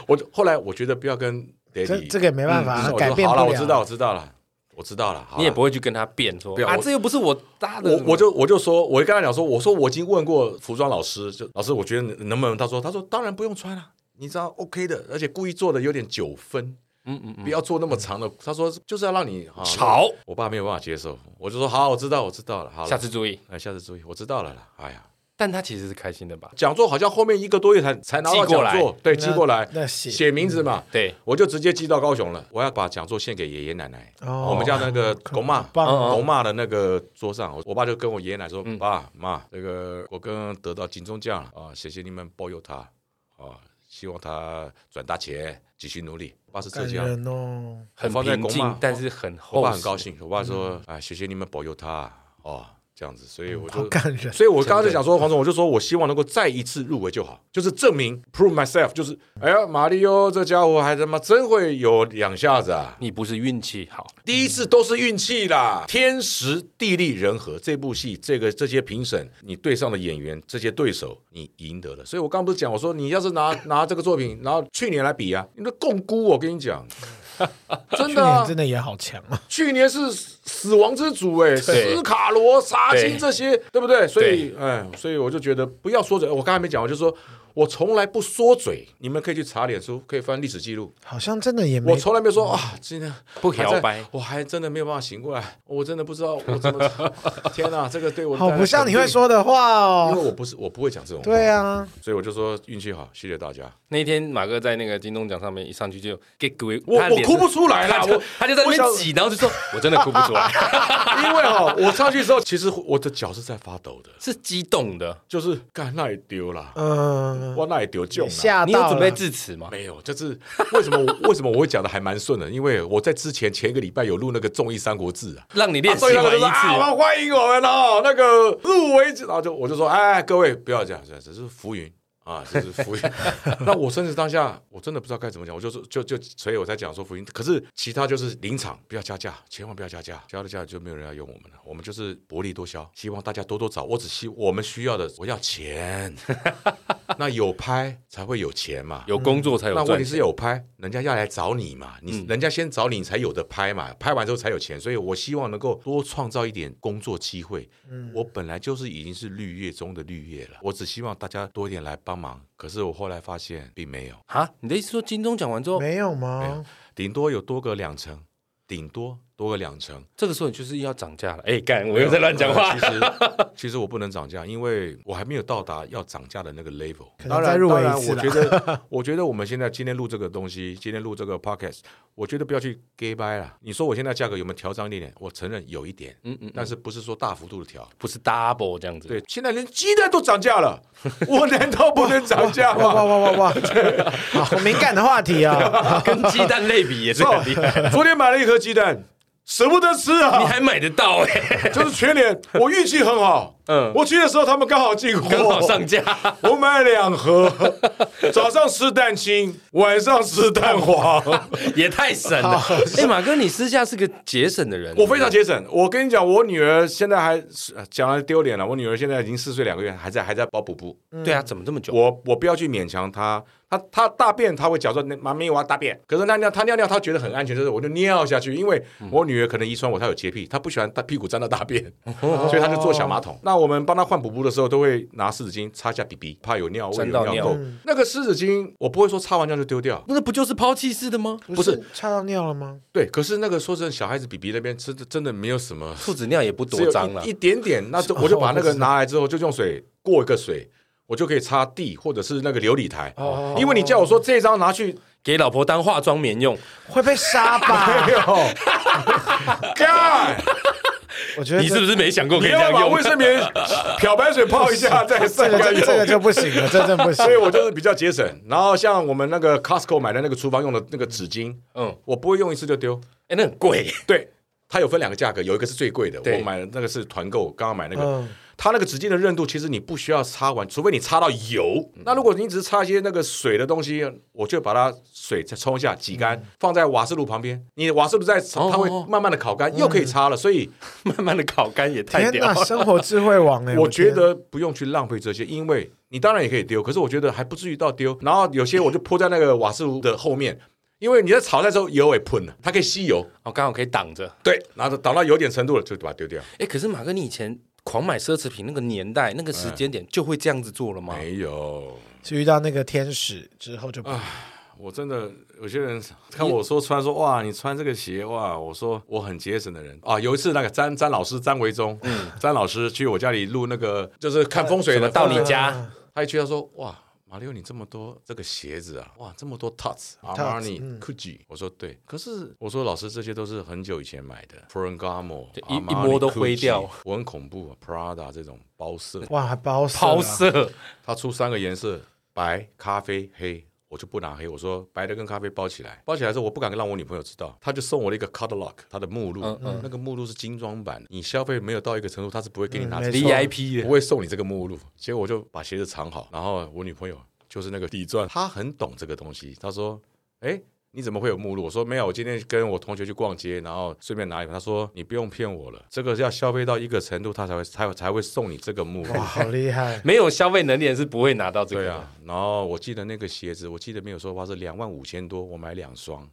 我后来我觉得不要跟 daddy，
这这个也没办法
嗯就是我
改变
说好
不了
了，我知道，我知道了，我知道了，好了
你也不。会去跟他辩说
不要
啊，
我
这又不是我搭的，
我我就我就说，我就跟他讲说，我说我已经问过服装老师，就老师我觉得能不能？他说他说当然不用穿了、你知道 OK 的，而且故意做的有点九分，
嗯嗯嗯，
不要做那么长的。他说就是要让你啊
吵，
我爸没有办法接受，我就说好，我知道，我知道了，好了，
下次注意。
哎，下次注意，我知道了啦。哎呀，
但他其实是开心的吧？
讲座好像后面一个多月才才拿到
寄过来嗯
讲座，对，寄过来，
那写
写名字嘛，
对，
我就直接寄到高雄了。我要把讲座献给爷爷奶奶，
哦
我们家那个
可
狗妈。
棒
嗯
哦
狗妈的那个桌上，我我爸就跟我爷爷奶奶说：“爸妈，这个我刚得到金钟奖了啊，谢谢你们保佑他啊，希望他赚大钱，继续努力。”爸是浙
感
江，
人哦。
很
放在
平
拱马
静，但是很厚
我
实。
爸很高兴，我爸
嗯
说：“哎，谢谢你们保佑他哦，这样子。”所以我
好
就
感人，
所以我刚刚就讲说，黄总，我就说我希望能够再一次入围就好，就是证明 prove myself，就是哎呀，马里奥这家伙还他妈真会有两下子啊！
你不是运气好，
第一次都是运气啦，天时地利人和，这部戏这个这些评审，你对上的演员，这些对手，你赢得了。所以我刚不是讲，我说你要是拿拿这个作品，然后去年来比啊，你的共估，我跟你讲，真
去
的、啊
年，真的也好强啊！
去年是死亡之组哎，
对
斯卡罗、杀青
对
这些，对不对？所以，哎，所以我就觉得不要说嘴。我刚才没讲，我就说我从来不说嘴。你们可以去查脸书，可以翻历史记录。
好像真的也没
我从来没有说啊，今天
不摇摆
还在我还真的没有办法醒过来，我真的不知道我怎么。天哪，这个对我
好
带来
不像
肯
你
定
会，说的话
因为
哦。
我不是我不会讲这种。
对，啊，
所以我就说运气好，谢谢大家。
那一天马哥在那个金钟奖上面一上去就给鬼，
我
他脸
我哭不出来啦
他就
我
他就在那
我
边
想
挤，然后就说：“我真的哭不出 来，
因为哈、哦，我上去之后，其实我的脚是在发抖的，
是激动的。
就是干那也丢啦，
嗯，
我那也丢囧啦。
吓”
你有
到
准备
了。
致辞吗？
没有，就是为什么我为什么我会讲的还蛮顺的，因为我在之前前一个礼拜有录那个综艺《三国志》啊。
让你练习
所以他
完
们就说啊，我
一次，
们欢迎我们哦，那个入围，然后就我就说，哎，各位不要这样，这只是浮云啊，这是浮云。那我甚至当下我真的不知道该怎么讲，我就是就就所以我才讲说浮云。可是其他就是临场不要加价，千万不要加价，加了价就没有人要用我们了。我们就是薄利多销，希望大家多多找。我只希我们需要的，我要钱。那有拍才会有钱嘛，
有工作才有嗯
那问
赚
题是
钱。
有拍，人家要来找你嘛，你、人家先找你，你才有的拍嘛，拍完之后才有钱，所以我希望能够多创造一点工作机会。
嗯
我本来就是已经是绿叶中的绿叶了，我只希望大家多一点来帮忙。可是我后来发现并没有，
啊，你的意思说金钟奖完之后，
没有
没有
吗？
顶多有多个两成，顶多多个两成。
这个时候你就是要涨价了？哎，干，我又在乱讲话
其。实其实我不能涨价，因为我还没有到达要涨价的那个 level。
可能
当
再
然，
入围
当然，
一次
我
啦
觉 得我觉得我们现在今天录这个东西，今天录这个 podcast，我觉得不要去 gay bye 啦。你说我现在价格有没有调涨一点点？我承认有一点，嗯嗯，但是不是说大幅度的调？
不是 double 这样子，
对，现在连鸡蛋都涨 价了，我难道不能涨价
哇哇
吗？哦
哇哇哇！好敏感的话题啊！
跟鸡蛋类比 也是
哦
很厉害，
昨天买了一颗鸡蛋，舍不得吃
你
啊，
还买得到哎、
就是全脸，我运气很好，
嗯
我去的时候他们刚好进货，
刚好上架，
我买两盒，早上吃蛋清，晚上吃蛋黄。
也太省了。哎，马哥，你私下是个节省的人，
我非常节省，我跟你讲，我女儿现在还是呃讲来丢脸了。我女儿现在已经四岁两个月，还在还在包补补。
对啊，怎么这么久？
我我不要去勉强她，她她大便她会假装那妈咪我要大便，可是那尿她尿尿她觉得很安全，就是我就尿下去，因为我女儿可能遗传我，她有洁癖，她不喜欢她屁股沾到大便，所以她就坐小马桶。那我们帮她换补补的时候，都会拿湿纸巾擦一下鼻鼻，怕有尿味
沾
有
到
尿垢。嗯那个湿纸巾我不会说擦完尿就丢掉，
不是不就是抛弃式的吗？
不是
擦到尿了吗？
对，可是那个说真的，小孩子鼻鼻那边真的真的没有什么。
兔子尿也不
只有
多
一
脏了啊
一，点点，那就我就把那个拿来之后，就用水过一个水，我就可以擦地或者是那个琉璃台。哦，因为你叫我说这一张拿去，
给老婆当化妆棉用。
会被杀吧
没？有，干，
我觉得
你是不
这
是没想过可
你
以这
要
样
把
用
卫？生棉漂白水泡一下再晒
这个
干
就这个就
用。
不行了，这真不行
所以。我就是比较节省，然后像我们那个 Costco 买的那个厨房用的那个纸巾，
嗯，
我不会用一次就丢。
哎，那很贵，
对，它有分两个价格，有一个是最贵的，
对
我买的那个是团购，刚刚买那个，
嗯
它那个纸巾的韧度其实你不需要擦完，除非你擦到油。那如果你只是擦一些那个水的东西，我就把它水再冲一下，挤干，放在瓦斯炉旁边。你瓦斯炉在，它会慢慢的烤干，又可以擦了。所以
慢慢的烤干也太
天
屌
哪，
了。
生活智慧网哎！
我觉得不用去浪费这些，因为你当然也可以丢，可是我觉得还不至于到丢。然后有些我就泼在那个瓦斯炉的后面。因为你在炒菜的时候油也喷了，它可以吸油，
哦，刚好可以挡着。
对，然后倒到有点程度了就把它丢掉。
哎，可是马哥，你以前狂买奢侈品那个年代、那个时间点，就会这样子做了吗？
没有，
是遇到那个天使之后就不
我真的有些人看我说穿说哇，你穿这个鞋哇，我说我很节省的人啊。有一次那个詹詹老师詹维忠，
嗯
詹老师去我家里录那个就是看风水
什
的
么，到你家，
他一去他说哇。马六，你这么多这个鞋子啊，哇，这么多 Tots、Armani、Gucci，我说对，可是我说老师，这些都是很久以前买的 f e r r a n g a m o
对一一摸都灰掉，
我很恐怖、啊、，Prada 这种包色，
哇，还包色啊
抛色，
他出三个颜色：白、咖啡、黑。我就不拿黑，我说白的跟咖啡包起来，包起来之后我不敢让我女朋友知道，她就送我了一个 catalog，它的
嗯
目录，那个目录是精装版，你消费没有到一个程度，他是不会给你拿
嗯
这
没
个
错
VIP
不
的。
会送你这个目录。结果我就把鞋子藏好，然后我女朋友就是那个底钻，她很懂这个东西，她说：“哎。”你怎么会有目录？我说没有，我今天跟我同学去逛街，然后顺便拿一本。她说你不用骗我了，这个是要消费到一个程度，她才会才会才会送你这个目录。
哇，好厉害！
没有消费能力的人是不会拿到这个
对
的。
啊，然后我记得那个鞋子，我记得没有说话是两万五千多，我买两双。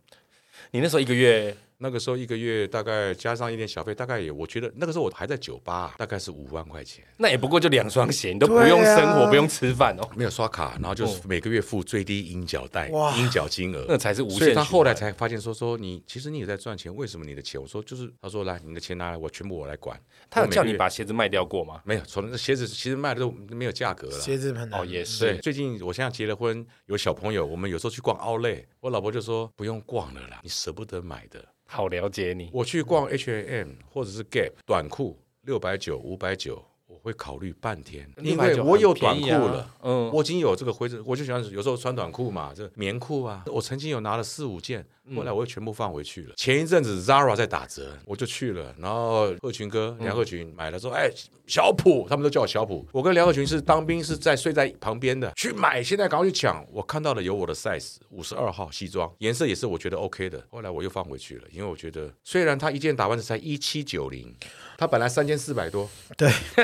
你那时候一个月
那个时候一个月大概加上一点小费，大概也我觉得那个时候我还在酒吧，大概是五万块钱，
那也不过就两双鞋，你都不
对啊
用生活，不用吃饭哦，
没有刷卡，然后就是每个月付最低应缴贷、
哇
应缴金额，
那才啊是无限
所以
循
他
环。
后来才发现说啊说你其实你也在赚钱，为什么你的钱？我说就是，他说来你的钱拿来，我全部我来管。
他有叫
我每个
你
月
把鞋子卖掉过吗？
没有，从那鞋子其实卖的都没有价格了，
鞋子很难
哦，也
对，
是。
最近我现在结了婚，有小朋友，我们有时候去逛奥莱，我老婆就说不用逛了啦，你舍不得买的。
好了解你，
我去逛 H&M 或者是 Gap 短裤，六百九、五百九，我会考虑半天，
690
因为我有短
很
裤
便宜啊
了，
嗯
我已经有这个灰尘，我就喜欢有时候穿短裤嘛，这棉裤啊，我曾经有拿了四五件，后来我又全部放回去了。前一阵子 Zara 在打折，我就去了，然后鹤群哥梁鹤群买了说，哎，小普，他们都叫我小普，我跟梁鹤群是当兵是在睡在旁边的，去买，现在赶快去抢，我看到了有我的 size 五十二号西装，颜色也是我觉得 OK 的，后来我又放回去了，因为我觉得虽然他一件打完折才一七九零，他本来三千四百多，
对，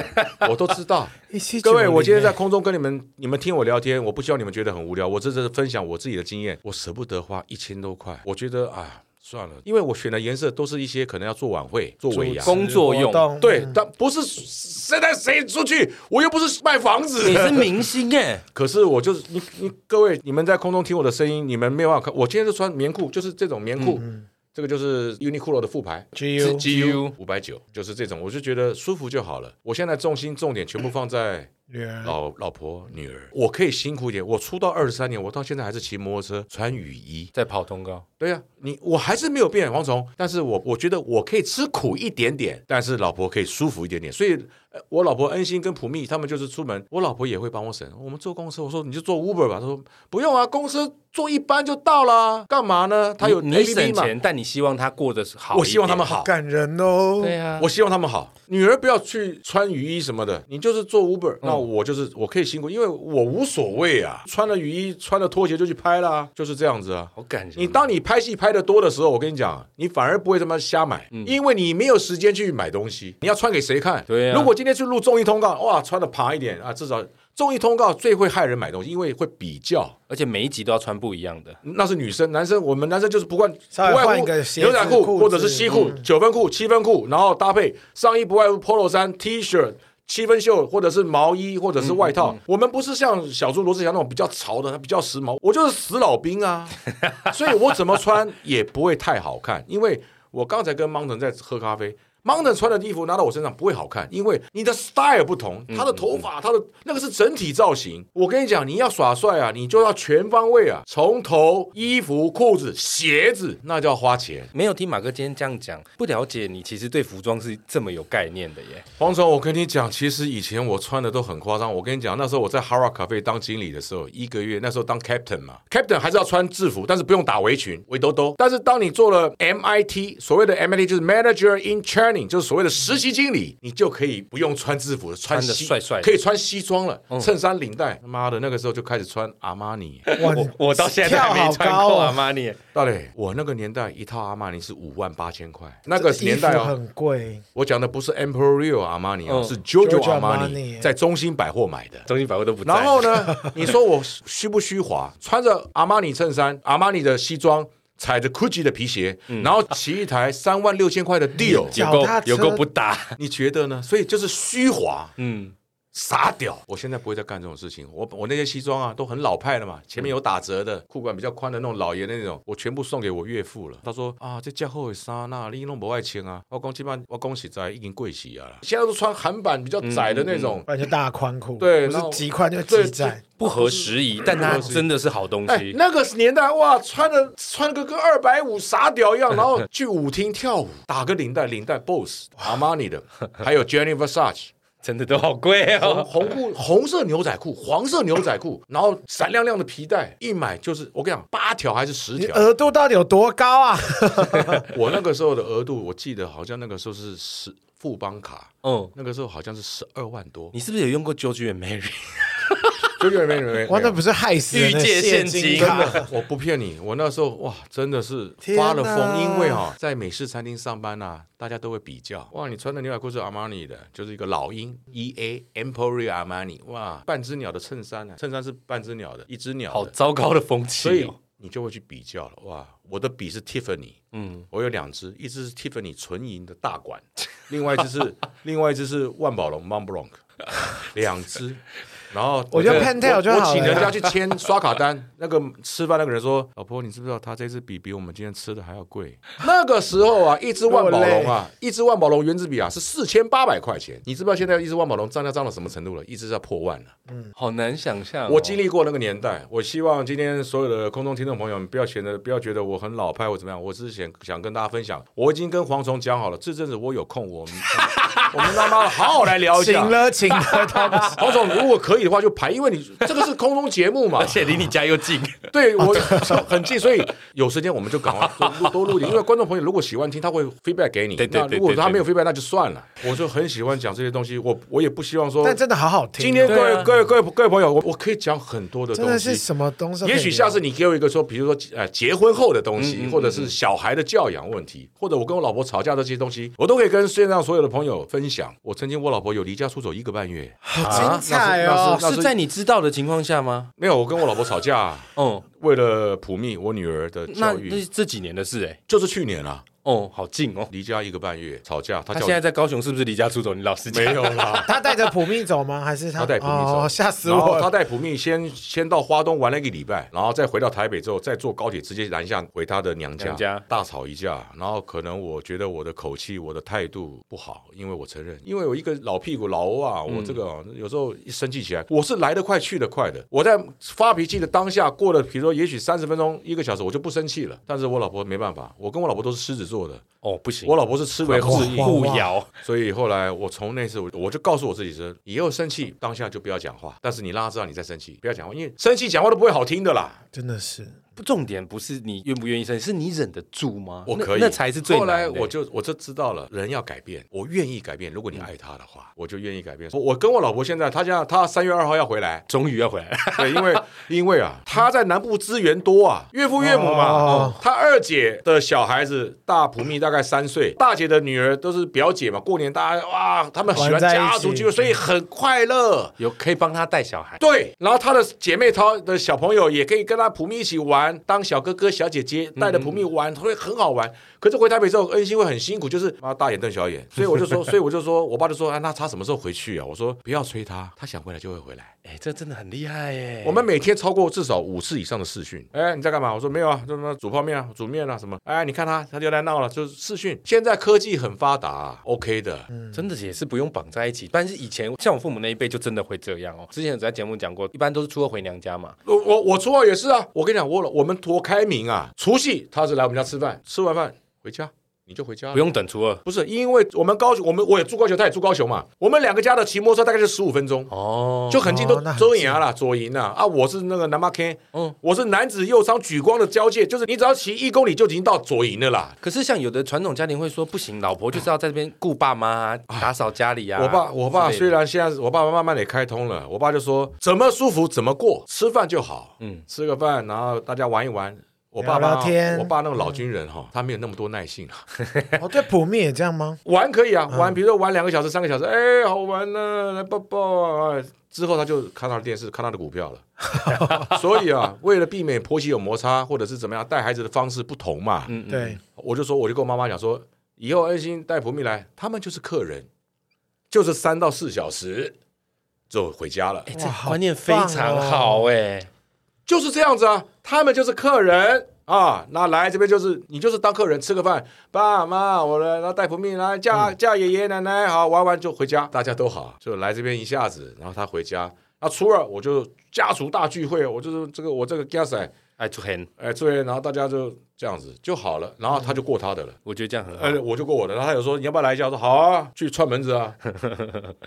我都知道。
一七
各位，我今天在空中跟你们，你们听我聊天，我不希望你们觉得很无聊，我这是分享我自己的经验，我舍不得花一千多块，我觉得啊，算了，因为我选的颜色都是一些可能要做晚会、做尾牙。
工作用。
对，但不是现在谁出去，我又不是卖房子。
你是明星哎，
可是我就是你你各位，你们在空中听我的声音，你们没有办法看。我今天就穿棉裤，就是这种棉裤，
嗯
这个就是 Uniqlo 的副牌
GU
GU
五百九，就是这种，我就觉得舒服就好了。我现在重心重点全部放在
女儿
老老婆、女儿，我可以辛苦一点。我出道二十三年，我到现在还是骑摩托车、穿雨衣。
在跑通告，
对呀、你我还是没有变蝗虫，但是我我觉得我可以吃苦一点点，但是老婆可以舒服一点点。所以，呃我老婆恩心跟普密他们就是出门，我老婆也会帮我省。我们坐公司，我说你就坐 Uber 吧，她说不用啊，公司坐一班就到啦，干嘛呢？他有
你你
APP
省
嘛
钱，但你希望他过得是好一点，
我希望他们好。
感人哦。
对啊，
我希望他们好，女儿不要去穿雨衣什么的，你就是做
嗯
Uber，那我就是我可以辛苦，因为我无所谓啊，穿了雨衣，穿了拖鞋就去拍啦，就是这样子啊。
好感人。
你当你拍戏拍的多的时候，我跟你讲，你反而不会这么瞎买，
嗯
因为你没有时间去买东西。你要穿给谁看？
对啊
如果今天去录综艺通告，哇，穿的爬一点啊，至少综艺通告最会害人买东西，因为会比较。
而且每一集都要穿不一样的，
那是女生，男生我们男生就是不惯不
稍微
外
换
乎
一个鞋子
牛仔
裤
裤
子嗯
或者是西裤、九分裤、七分裤，然后搭配上衣不外乎 polo 衫、T 恤。七分袖，或者是毛衣，或者是外
嗯
套。我们不是像小猪罗志祥那种比较潮的，他比较时髦。我就是死老兵啊， 所以我怎么穿也不会太好看。因为我刚才跟 Mountain 在喝咖啡，Mountain 穿的衣服拿到我身上不会好看，因为你的 style 不同，他的头发，他的那个是整体造型。我跟你讲，你要耍帅啊，你就要全方位啊，从头、衣服、裤子、鞋子，那叫花钱。
没有听马哥今天这样讲，不了解你其实对服装是这么有概念的耶。
黄总，我跟你讲，其实以前我穿的都很夸张。我跟你讲，那时候我在 Hara Cafe 当经理的时候，一个月那时候当 Captain 嘛，Captain 还是要穿制服，但是不用打围裙、围兜兜。但是当你做了 MIT，所谓的 MIT 就是 Manager in Training，就是所谓的实习经理，你就可以不用穿制服了，穿
穿得
西
帅帅嗯的
可以穿西装了，衬衫、领带。妈的，那个时候就开始穿阿玛尼。
哇，
我到现在都还
啊
没穿
跳好高
过
哦
阿玛尼，
大磊，我那个年代一套阿玛尼是五万八千块，那个
衣
年
服
代哦，
很贵，
我讲的不是 Emporio Armani，、哦
嗯
是 Jojo
Giorgio
Armani
Armani
在中兴百货买的。
中心百货都不在。
然后呢， 你说我虚不虚华？穿着阿玛尼衬衫、阿玛尼的西装，踩着 Gucci 的皮鞋，然后骑一台三万六千块的 Deal，
有
脚
够
踏车
有够不搭，
你觉得呢？所以就是虚华。
嗯，
傻屌！我现在不会再干这种事情。我我那些西装啊，都很老派了嘛，前面有打折的，裤管比较宽的那种老爷的那种，我全部送给我岳父了。他说啊，这嫁后的衫呐，你弄不爱穿啊。我讲基本我讲实在已经贵死啊了。现在都穿韩版比较窄的那种，
不然就大宽裤，
对
不
然后
是极宽就
对
极窄，
不合时宜，但它真的是好东
哎，
西。
那个年代哇，穿的穿个跟二百五傻屌一样，然后去舞厅跳舞，打个领带，领带 BOSS、阿玛尼的，还有 Jenny Versace。
真的都好贵
红
哦。
红裤、红色牛仔裤、黄色牛仔裤，然后闪亮亮的皮带，一买就是我跟你讲，八条还是十
你
条。
额度到底有多高 啊？
我那个时候的额度，我记得好像那个时候是十富邦卡，
嗯，
那个时候好像是十二万多。
你是不是有用过 George and Mary？
就有没有没有
哇，那不是害死人的
欲界现
金
金
真
卡，
的，我不骗你，我那时候哇，真的是
天
发了
哪
疯，因为哈、在美式餐厅上班呐、大家都会比较，哇，你穿的牛仔裤是 Armani 的，就是一个老鹰 E A Emporio Armani，哇，半只鸟的衬衫啊，衬衫是半只鸟的，一只鸟的
好糟糕的风
所以
气哦。
你就会去比较了。哇，我的笔是 Tiffany，嗯，我有两支，一支是 Tiffany 纯银的大管，另外一支 是另外一支是万宝龙 Mont Blanc，两支。然后
我觉得
这
Pentel
我
就好了
我请人家去签刷卡单，那个吃饭那个 人说：“老婆，你知不知道他这支笔比我们今天吃的还要贵？” 那个时候啊，一支万宝 龙啊，一支万宝龙原子笔啊是四千八百块钱。你知不知道现在一支万宝龙涨价涨到什么程度了？一支要破万了。
好难想象哦、
我经历过那个年代，我希望今天所有的空中听众朋友们不要觉得不要觉得我很老派或怎么样，我只是想想跟大家分享，我已经跟蝗虫讲好了，这阵子我有空，我们 我们他妈好好来聊一
请
下。
了请了，他们
黄总，如果可以的话，就排，因为你这个是空中节目 嘛
而，且离你家又近，
对我很近，所以有时间我们就赶快 多录多录一点，因为观众朋友如果喜欢听，他会 feedback 给你。
对对对
那如果
对对
他没有 feedback，那就算了。我就很喜欢讲这些东西，我我也不希望说
但真的好好听哦。
今天各
对
位、
啊
各位各位各位朋友，我我可以讲很多的东
真
西，
的是什么东西？
也许下次你给我一个说，比如说呃结婚后的东
嗯
西，或者是小孩的教养问题，或者我跟我老婆吵架的这些东西，我都可以跟世界上所有的朋友分享。我曾经我老婆有离家出走一个半月，
好精彩
啊
哦！
那是
是在你知道的情况下吗？
没有我跟我老婆吵架，
哦、
为了普密我女儿的
那
教
那
育，
是这几年的事哎、
就是去年啊。
哦，好近哦。
离家一个半月，吵架，他
他
叫
现在在高雄是不是离家出走？你老实讲，
没有啦。
他带着普密走吗？还是他
他带普密走
哦，吓死
然后
我
他
了！
带普密先先到花东玩了一个礼拜，然后再回到台北之后，再坐高铁直接南下回他的娘家，
娘家
大吵一架。然后可能我觉得我的口气、我的态度不好，因为我承认，因为我一个老屁股老欧啊，
嗯
我这个、有时候一生气起来，我是来得快去得快的。我在发脾气的当下，过了比如说也许三十分钟、一个小时，我就不生气了。但是我老婆没办法，我跟我老婆都是狮子座的，
哦，不行，
我老婆是吃为后硬。
互咬，
所以后来我从那次我我就告诉我自己说，以后生气当下就不要讲话，但是你让他知道你在生气，不要讲话，因为生气讲话都不会好听的啦。
真的是，
不重点不是你愿不愿意生，是你忍得住吗？
我
那
可以，
那才是最
后
难的。，
来我就我就知道了，人要改变，我愿意改变。如果你爱他的话，我就愿意改变。我我跟我老婆现在，她现在她三月二号要回来
终于要回来了，
对，因为因为啊，她在南部资源多啊，岳父岳母嘛，
哦
她二姐的小孩子大普密大概三岁，大姐的女儿都是表姐嘛，过年大家哇，他们喜欢
玩在一
家族
起
聚会，所以很快乐。
有可以帮他带小孩。
对，然后他的姐妹淘的小朋友也可以跟他普密一起玩，当小哥哥、小姐姐，带着普密玩，会很好玩。可是回台北之后，恩熙会很辛苦，就是妈大眼瞪小眼，所以我就说，所以 我就说我爸就说，啊，那他什么时候回去啊？我说不要催他，他想回来就会回来。
哎，这真的很厉害耶！
我们每天超过至少五次以上的视讯。哎哎，你在干嘛？我说没有啊，就什么煮泡面啊、煮面啊什么。哎，你看他，他就在闹了，就是视讯。现在科技很发达、o k 的。
真的也是不用绑在一起，但是以前像我父母那一辈就真的会这样哦。之前有在节目讲过，一般都是初二回娘家嘛，
我我我初二也是啊，我跟你讲，我老我们多开明啊！除夕他是来我们家吃饭，吃完饭回家你就回家了，
不用等初二
不是因为我们高雄，我们我也住高雄，他也住高雄嘛，我们两个家的骑摩托车大概就十五分钟。
哦。
就很近，都
哦那很
周营啊啦，左营啊，啊，我是那个南马 K，
嗯
嗯，我是男子右商举光的交界，就是你只要骑一公里就已经到左营了啦。
可是像有的传统家庭会说，不行，老婆就是要在这边顾爸妈、啊、打扫家里啊。
我爸，我爸
之类
虽
的
然现在我爸爸慢慢也开通了，我爸就说怎么舒服怎么过，吃饭就好，
嗯
嗯，吃个饭，然后大家玩一玩。我爸
聊
爸，
聊天嗯
我爸那种老军人哈，他没有那么多耐性啊。
哦，对，普密也这样 吗？
玩可以啊，
嗯
玩，比如说玩两个小时、三个小时，哎，好玩呢、来抱抱啊。之后他就看他的电视，看他的股票了。 所以啊，为了避免婆媳有摩擦，或者是怎么样，带孩子的方式不同嘛，
嗯，嗯
对，
我就说，我就跟我妈妈讲说，以后恩心带普密来，他们就是客人，就是三到四小时就回家了，
哎，这
好
观念非常
棒哦
好哎。
就是这样子啊，他们就是客人。啊，那来这边就是你就是当客人吃个饭，爸妈我来，然后带普密来叫叫爷爷奶奶好玩玩就回家，大家都好，就来这边一下子，然后他回家，那初二我就家族大聚会，我就是这个我这个 g a s
哎，就很，
哎对，然后大家就这样子就好了，然后他就过他的了。
我觉得这样很好。
呃，我就过我的，然后他有说你要不要来一下，我说好啊，去串门子 啊，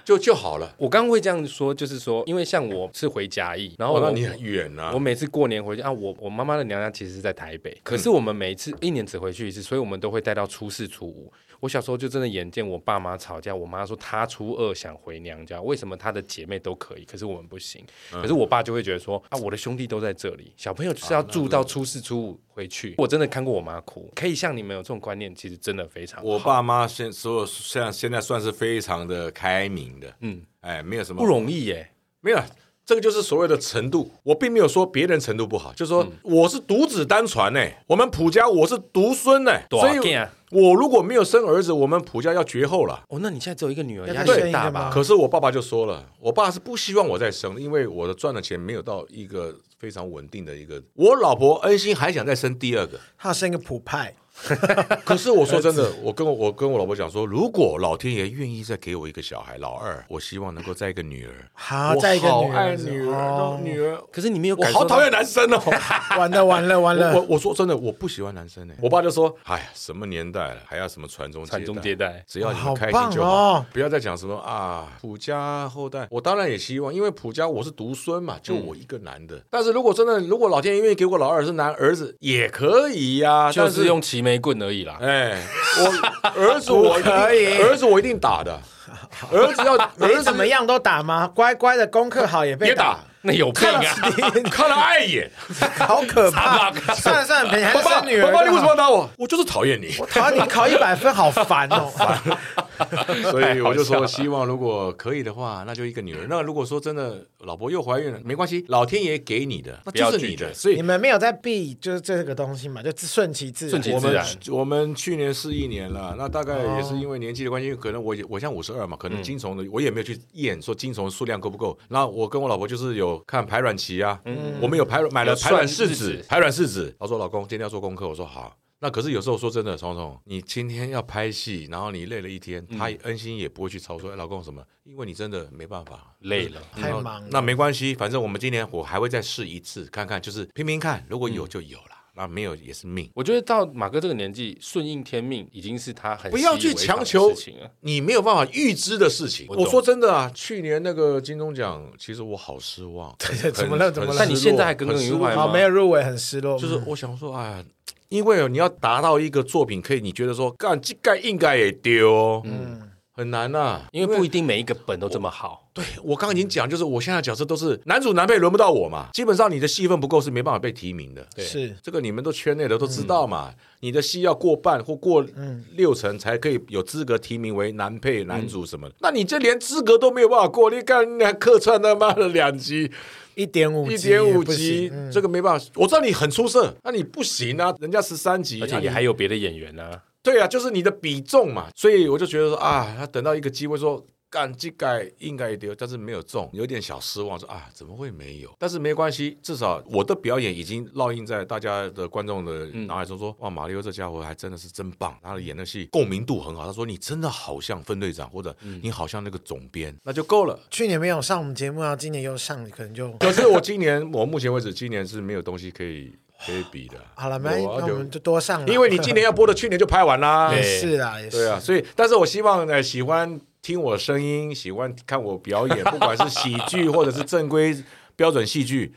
就就好了。
我刚刚会这样说，就是说，因为像我是回嘉义，然后
哦，那
我
你很远啊
我，每次过年回去啊，我我妈妈的娘家其实是在台北，可是我们每一次一年只回去一次，所以我们都会带到初四初五。我小时候就真的眼见我爸妈吵架，我妈说她初二想回娘家，为什么她的姐妹都可以，可是我们不行？可是我爸就会觉得说啊，我的兄弟都在这里，小朋友就是要住到初四初五回去。我真的看过我妈哭，可以像你们有这种观念，其实真的非常
我
好
爸妈现所有像现在算是非常的开明的，
嗯
嗯，哎，没有什么
不容易耶、
没有，这个就是所谓的程度。我并没有说别人程度不好，就是说我是独子单传呢、我们普家我是独孙呢、
大
所
囝
以
啊
我如果没有生儿子，我们普家要绝后了。
哦，那你现在只有一个女儿，
要
压力
再生
很
一
大
个
吧
吗？
可是我爸爸就说了，我爸是不希望我再生的，因为我的赚的钱没有到一个非常稳定的一个。我老婆恩心还想再生第 二个，
他要生一个普派，
可是我说真的，我跟我我跟我老婆讲说，如果老天爷愿意再给我一个小孩，老二，我希望能够再一个女儿。
好，
我
再一个
好
女
爱
儿子，
女儿
哦，
女儿，
可是你没有
我
感受
好
到
讨厌男生哦。
完了完了完
我
了，
我说真的，我不喜欢男生呢、我爸就说：“哎呀，什么年代了，还要什么传宗
传宗接代
只要你
哇
们
好
开
棒
心就好，
哦
不要再讲什么啊普家后代。我当然也希望，因为普家我是独孙嘛，就我一个男的。但是如果真的，如果老天爷愿意给我老二是男儿子，也可以呀、
就
但
是用齐眉棍而已啦。
哎，我儿子我一定
可以
儿子我一定打的，儿子要儿
你
子
怎么样都打吗？乖乖的功课好也被
别打，，
那有病啊！
看了碍眼。
好可怕！算了算了，你还
爸
是
爸，
生女儿就好。
爸爸，你为什么要打我？我就是讨厌你。
讨厌你考一百分，好烦哦！
所以我就说，希望如果可以的话，那就一个女儿。那如果说真的老婆又怀孕了，没关系，老天爷给你的，那就是你
不要拒
的。
绝
所以
你们没有在避，就是这个东西嘛，就顺其自然。
顺其
我
自
们
然
我们去年是一年了，那大概也是因为年纪的关系，可能我也我像五十二嘛，可能精虫的、我也没有去验说精虫数量够不够。那我跟我老婆就是有看排卵期啊，我们有排卵买了
有
排
算
卵试
日
纸
子，
排卵试纸。她说老公今天要做功课，我说好。那可是有时候说真的，虫虫，你今天要拍戏，然后你累了一天，他恩心也不会去操说，哎，老公什么？因为你真的没办法，
累了，
太忙了
那没关系，反正我们今年我还会再试一次，看看，就是拼拼看，如果有就有了，那没有也是命。
我觉得到马哥这个年纪，顺应天命已经是他很
不要
习以
去
为常
强
的
求
事情了。
你没有办法预知的事情。
我懂
我说真的啊，去年那个金钟奖，其实我好 失望。
对怎么了
很
怎么了
很
但你
失落
现在还耿耿于
很失
怀吗？
落
好，没有入围，很失落。
就是
嗯
我想说，哎呀，因为你要达到一个作品，可以你觉得说干这盖应该也丢、嗯，很难呐、
因为不一定每一个本都这么好。
对我刚刚已经讲，就是我现在的角色都是男主男配，轮不到我嘛。基本上你的戏份不够是没办法被提名的。对
是
这个你们都圈内的都知道
嗯
嘛。你的戏要过半或过六成才可以有资格提名为男配、男主什么的。
嗯
那你这连资格都没有办法过，你干你还客串他妈的两集，
一点五，
一点五集
集，嗯，
这个没办法。我知道你很出色，那你不行啊，人家十三集，
而且
那
你
你
还有别的演员啊，
对啊，就是你的比重嘛，所以我就觉得说啊，他等到一个机会说。干这盖应该丢，但是没有中，有点小失望，说啊怎么会没有？但是没关系，至少我的表演已经烙印在大家的观众的脑海中说，哇，马里奥这家伙还真的是真棒，他的演的戏共鸣度很好。他说你真的好像分队长，或者你好像那个总编，那就够了。
去年没有上我们节目，然啊后今年又上，可能就
可是我今年，我目前为止，今年是没有东西可以可以比的。
好了，没，
我
那
啊就
我们就多上啦。
因为你今年要播的，去年就拍完啦。
也是啦，也是。
对啊，所以但是我希望呃喜欢听我声音、喜欢看我 表演，不管是喜剧或者是正规标准戏剧。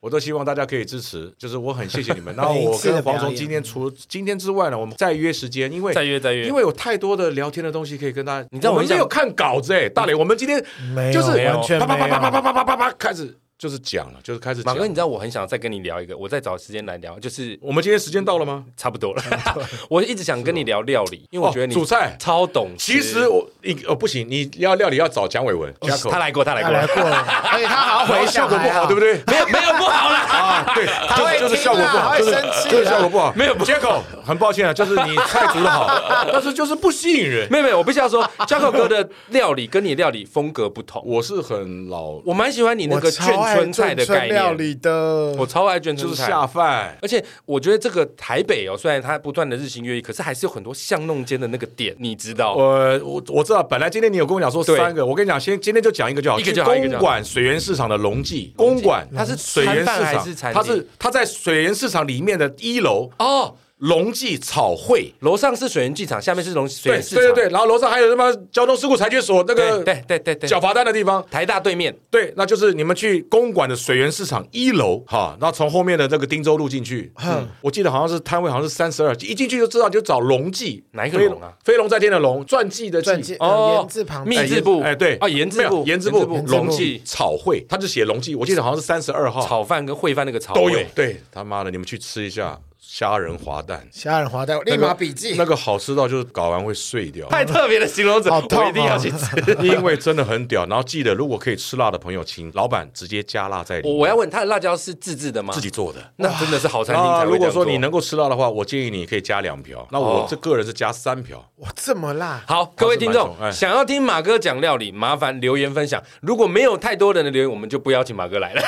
我都希望大家可以支持，就是我很谢谢你 们。然后
每一
我
次的
跟黄
表
总
演
今天除今天之外呢，我们再约时间，因为
再约再约
因为有太多的聊天的东西可以跟大家。
你知道我
我
很
们
想
没有看稿子哎，大磊，我们今天
没有
就是
完全
啪啪啪
没有
啪啪啪啪啪啪啪开始就是讲了，就是开始
马
讲。
哥，你知道我很想再跟你聊一个，我再找时间来聊，就是
我们今天时间到了吗？
差不多了。 我一直想跟你聊料理，因为我觉得你
哦煮菜
超懂吃。
其实我你哦不行，你要料理要找蒋伟文，
哦
加口
他来过，他来
他
过，
哎来 过了，而且他好像回
效
想
果不
还
哎
啊
好，对不对？
没有没有不好 啦，
啊，对，
他会
就是就是
听
效果不
啦他
好，
会
就是
生气啊
就是
啦
效果不好，
没有不
接口， 很抱歉啊，就是你菜煮的好，但是就是不吸引人。
没有没有，我必须要说，Jaco 哥的料理跟你料理风格不同，
我是很老，
我蛮喜欢你那个
我超
眷
爱
村菜的
眷村
概
料
念，
理的，
我超爱眷
就
村
是
菜。
下饭。
而且我觉得这个台北哦，虽然它不断的日新月异，可是还是有很多巷弄间的那个点，你知道？
我我我知道，本来今天你有跟我讲说
对
三个，我跟你讲，先今天就讲一个就好。
一个
去
就好一个就
公
好
馆水源市场的龙记，公馆
它是
水源市
摊贩还
场
是餐，厅
它是它在水源市场里面的一楼
哦，
龙记草会。
楼上是水源剧场，下面是龙水
对
源市场，
对对对，然后楼上还有什么交通事故裁决所那个
对对对对对
缴罚单的地方，
台大对面，
对，那就是你们去公馆的水源市场一楼，哈，那从后面的这个汀州路进去，嗯，我记得好像是摊位好像是三十二，一进去就知道就找龙记，
哪一个龙啊
飞飞龙在天的龙，传记的
传记
记。
呃言字旁
密
哎
字部，
哎，对，
啊，盐
没
字
有
部，
盐字
部
部，
字部
龙记草会，他就写龙记，我记得好像是三十二号
炒饭跟烩饭那个炒
哦都有
味，
对，他妈的，你们去吃一下虾仁滑蛋，
虾仁滑蛋，我立马笔记
那。个好吃到就是搞完会睡掉，
太特别的形容词，
好痛哦
我一定要去吃。
因为真的很屌。然后记得，如果可以吃辣的朋友，请老板直接加辣在里
我
面，
我要问他的辣椒是自制的吗？
自己做的。
那真的是好餐厅
那
才会
啊如
这
果
样做
说你能够吃到的话，我建议你可以加两瓢。那我
哦
这个人是加三瓢。
哇，这么辣！
好，各位听众
重哎
想要听马哥讲料理，麻烦留言分享。如果没有太多人的留言，我们就不邀请马哥来了。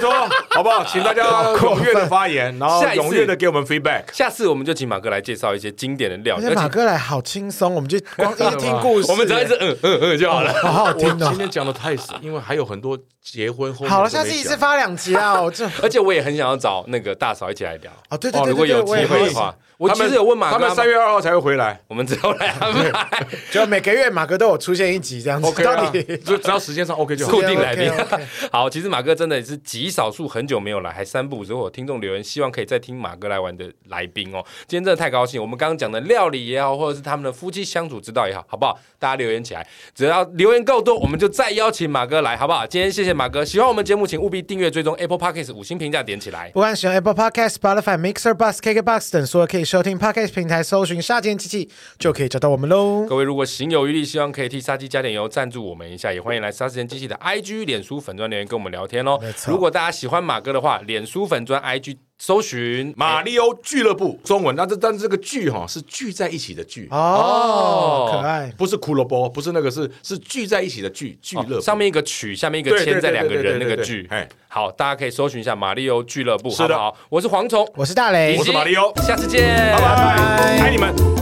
托，好不好？请大家踊跃的发言，然后
下一次
踊跃的给我们 feedback。
下次我们就请马哥来介绍一些经典的料
而
理，
且
而
马
且
哥来好轻松，我们就光一直听故事，
我们只要一直 嗯嗯嗯就好了。
好好
我
听
今
哦。
天讲的太死，因为还有很多结婚后面
好了，
都没
下次一次
讲
发两集啊！我这
而且我也很想要找那个大嫂一起来聊。
哦，对对
哦，
对
如果
对
有
对，
机
我也
会的
好
话，我
他
其
们
实有问马哥，
他们三月二号才会回来。
我们之后来安 排。
奇，就每个月马哥都有出现一集这样子。
OK
到
啊
底，
就只要时间上 OK 就好
固。定来宾
OK，OK。
好，其实马哥真的是极少数很久没有来，还三不五时会有听众留言，希望可以再听马哥来玩们的来宾哦。今天真的太高兴，我们刚刚讲的料理也好，或者是他们的夫妻相处之道也好，好不好？大家留言起来，只要留言够多，我们就再邀请马哥来，好不好？今天谢谢马哥，喜欢我们节目，请务必订阅、追踪 Apple Podcast 五星评价点起来。
不管使用 Apple Podcast、Spotify、Mixer、Bus、KKBox 等所有可以收听 Podcast 平台，搜寻“杀鸡机器”就可以找到我们喽。
各位如果行有余力，希望可以替杀鸡加点油，赞助我们一下，也欢迎来杀时间机器的 IG、脸书粉专留言跟我们聊天哦
没。错
如果大家喜欢马哥的话，脸书粉专 IG 搜寻
马里欧俱乐部中文，那这但是这个聚哈是聚在一起的聚，
哦，可爱。
不是骷髅波，不是那个是是聚在一起的
哦
聚俱乐部。
上面一个曲，下面一个
对对
签，
对
在两个
对对
人那
对
个
对
剧
哎。
好，大家可以搜寻一下马里欧俱乐部，
是
好
的
不好？我是蝗虫，
我是大雷，
以及
我是马里欧
下次见，
拜拜，爱你们。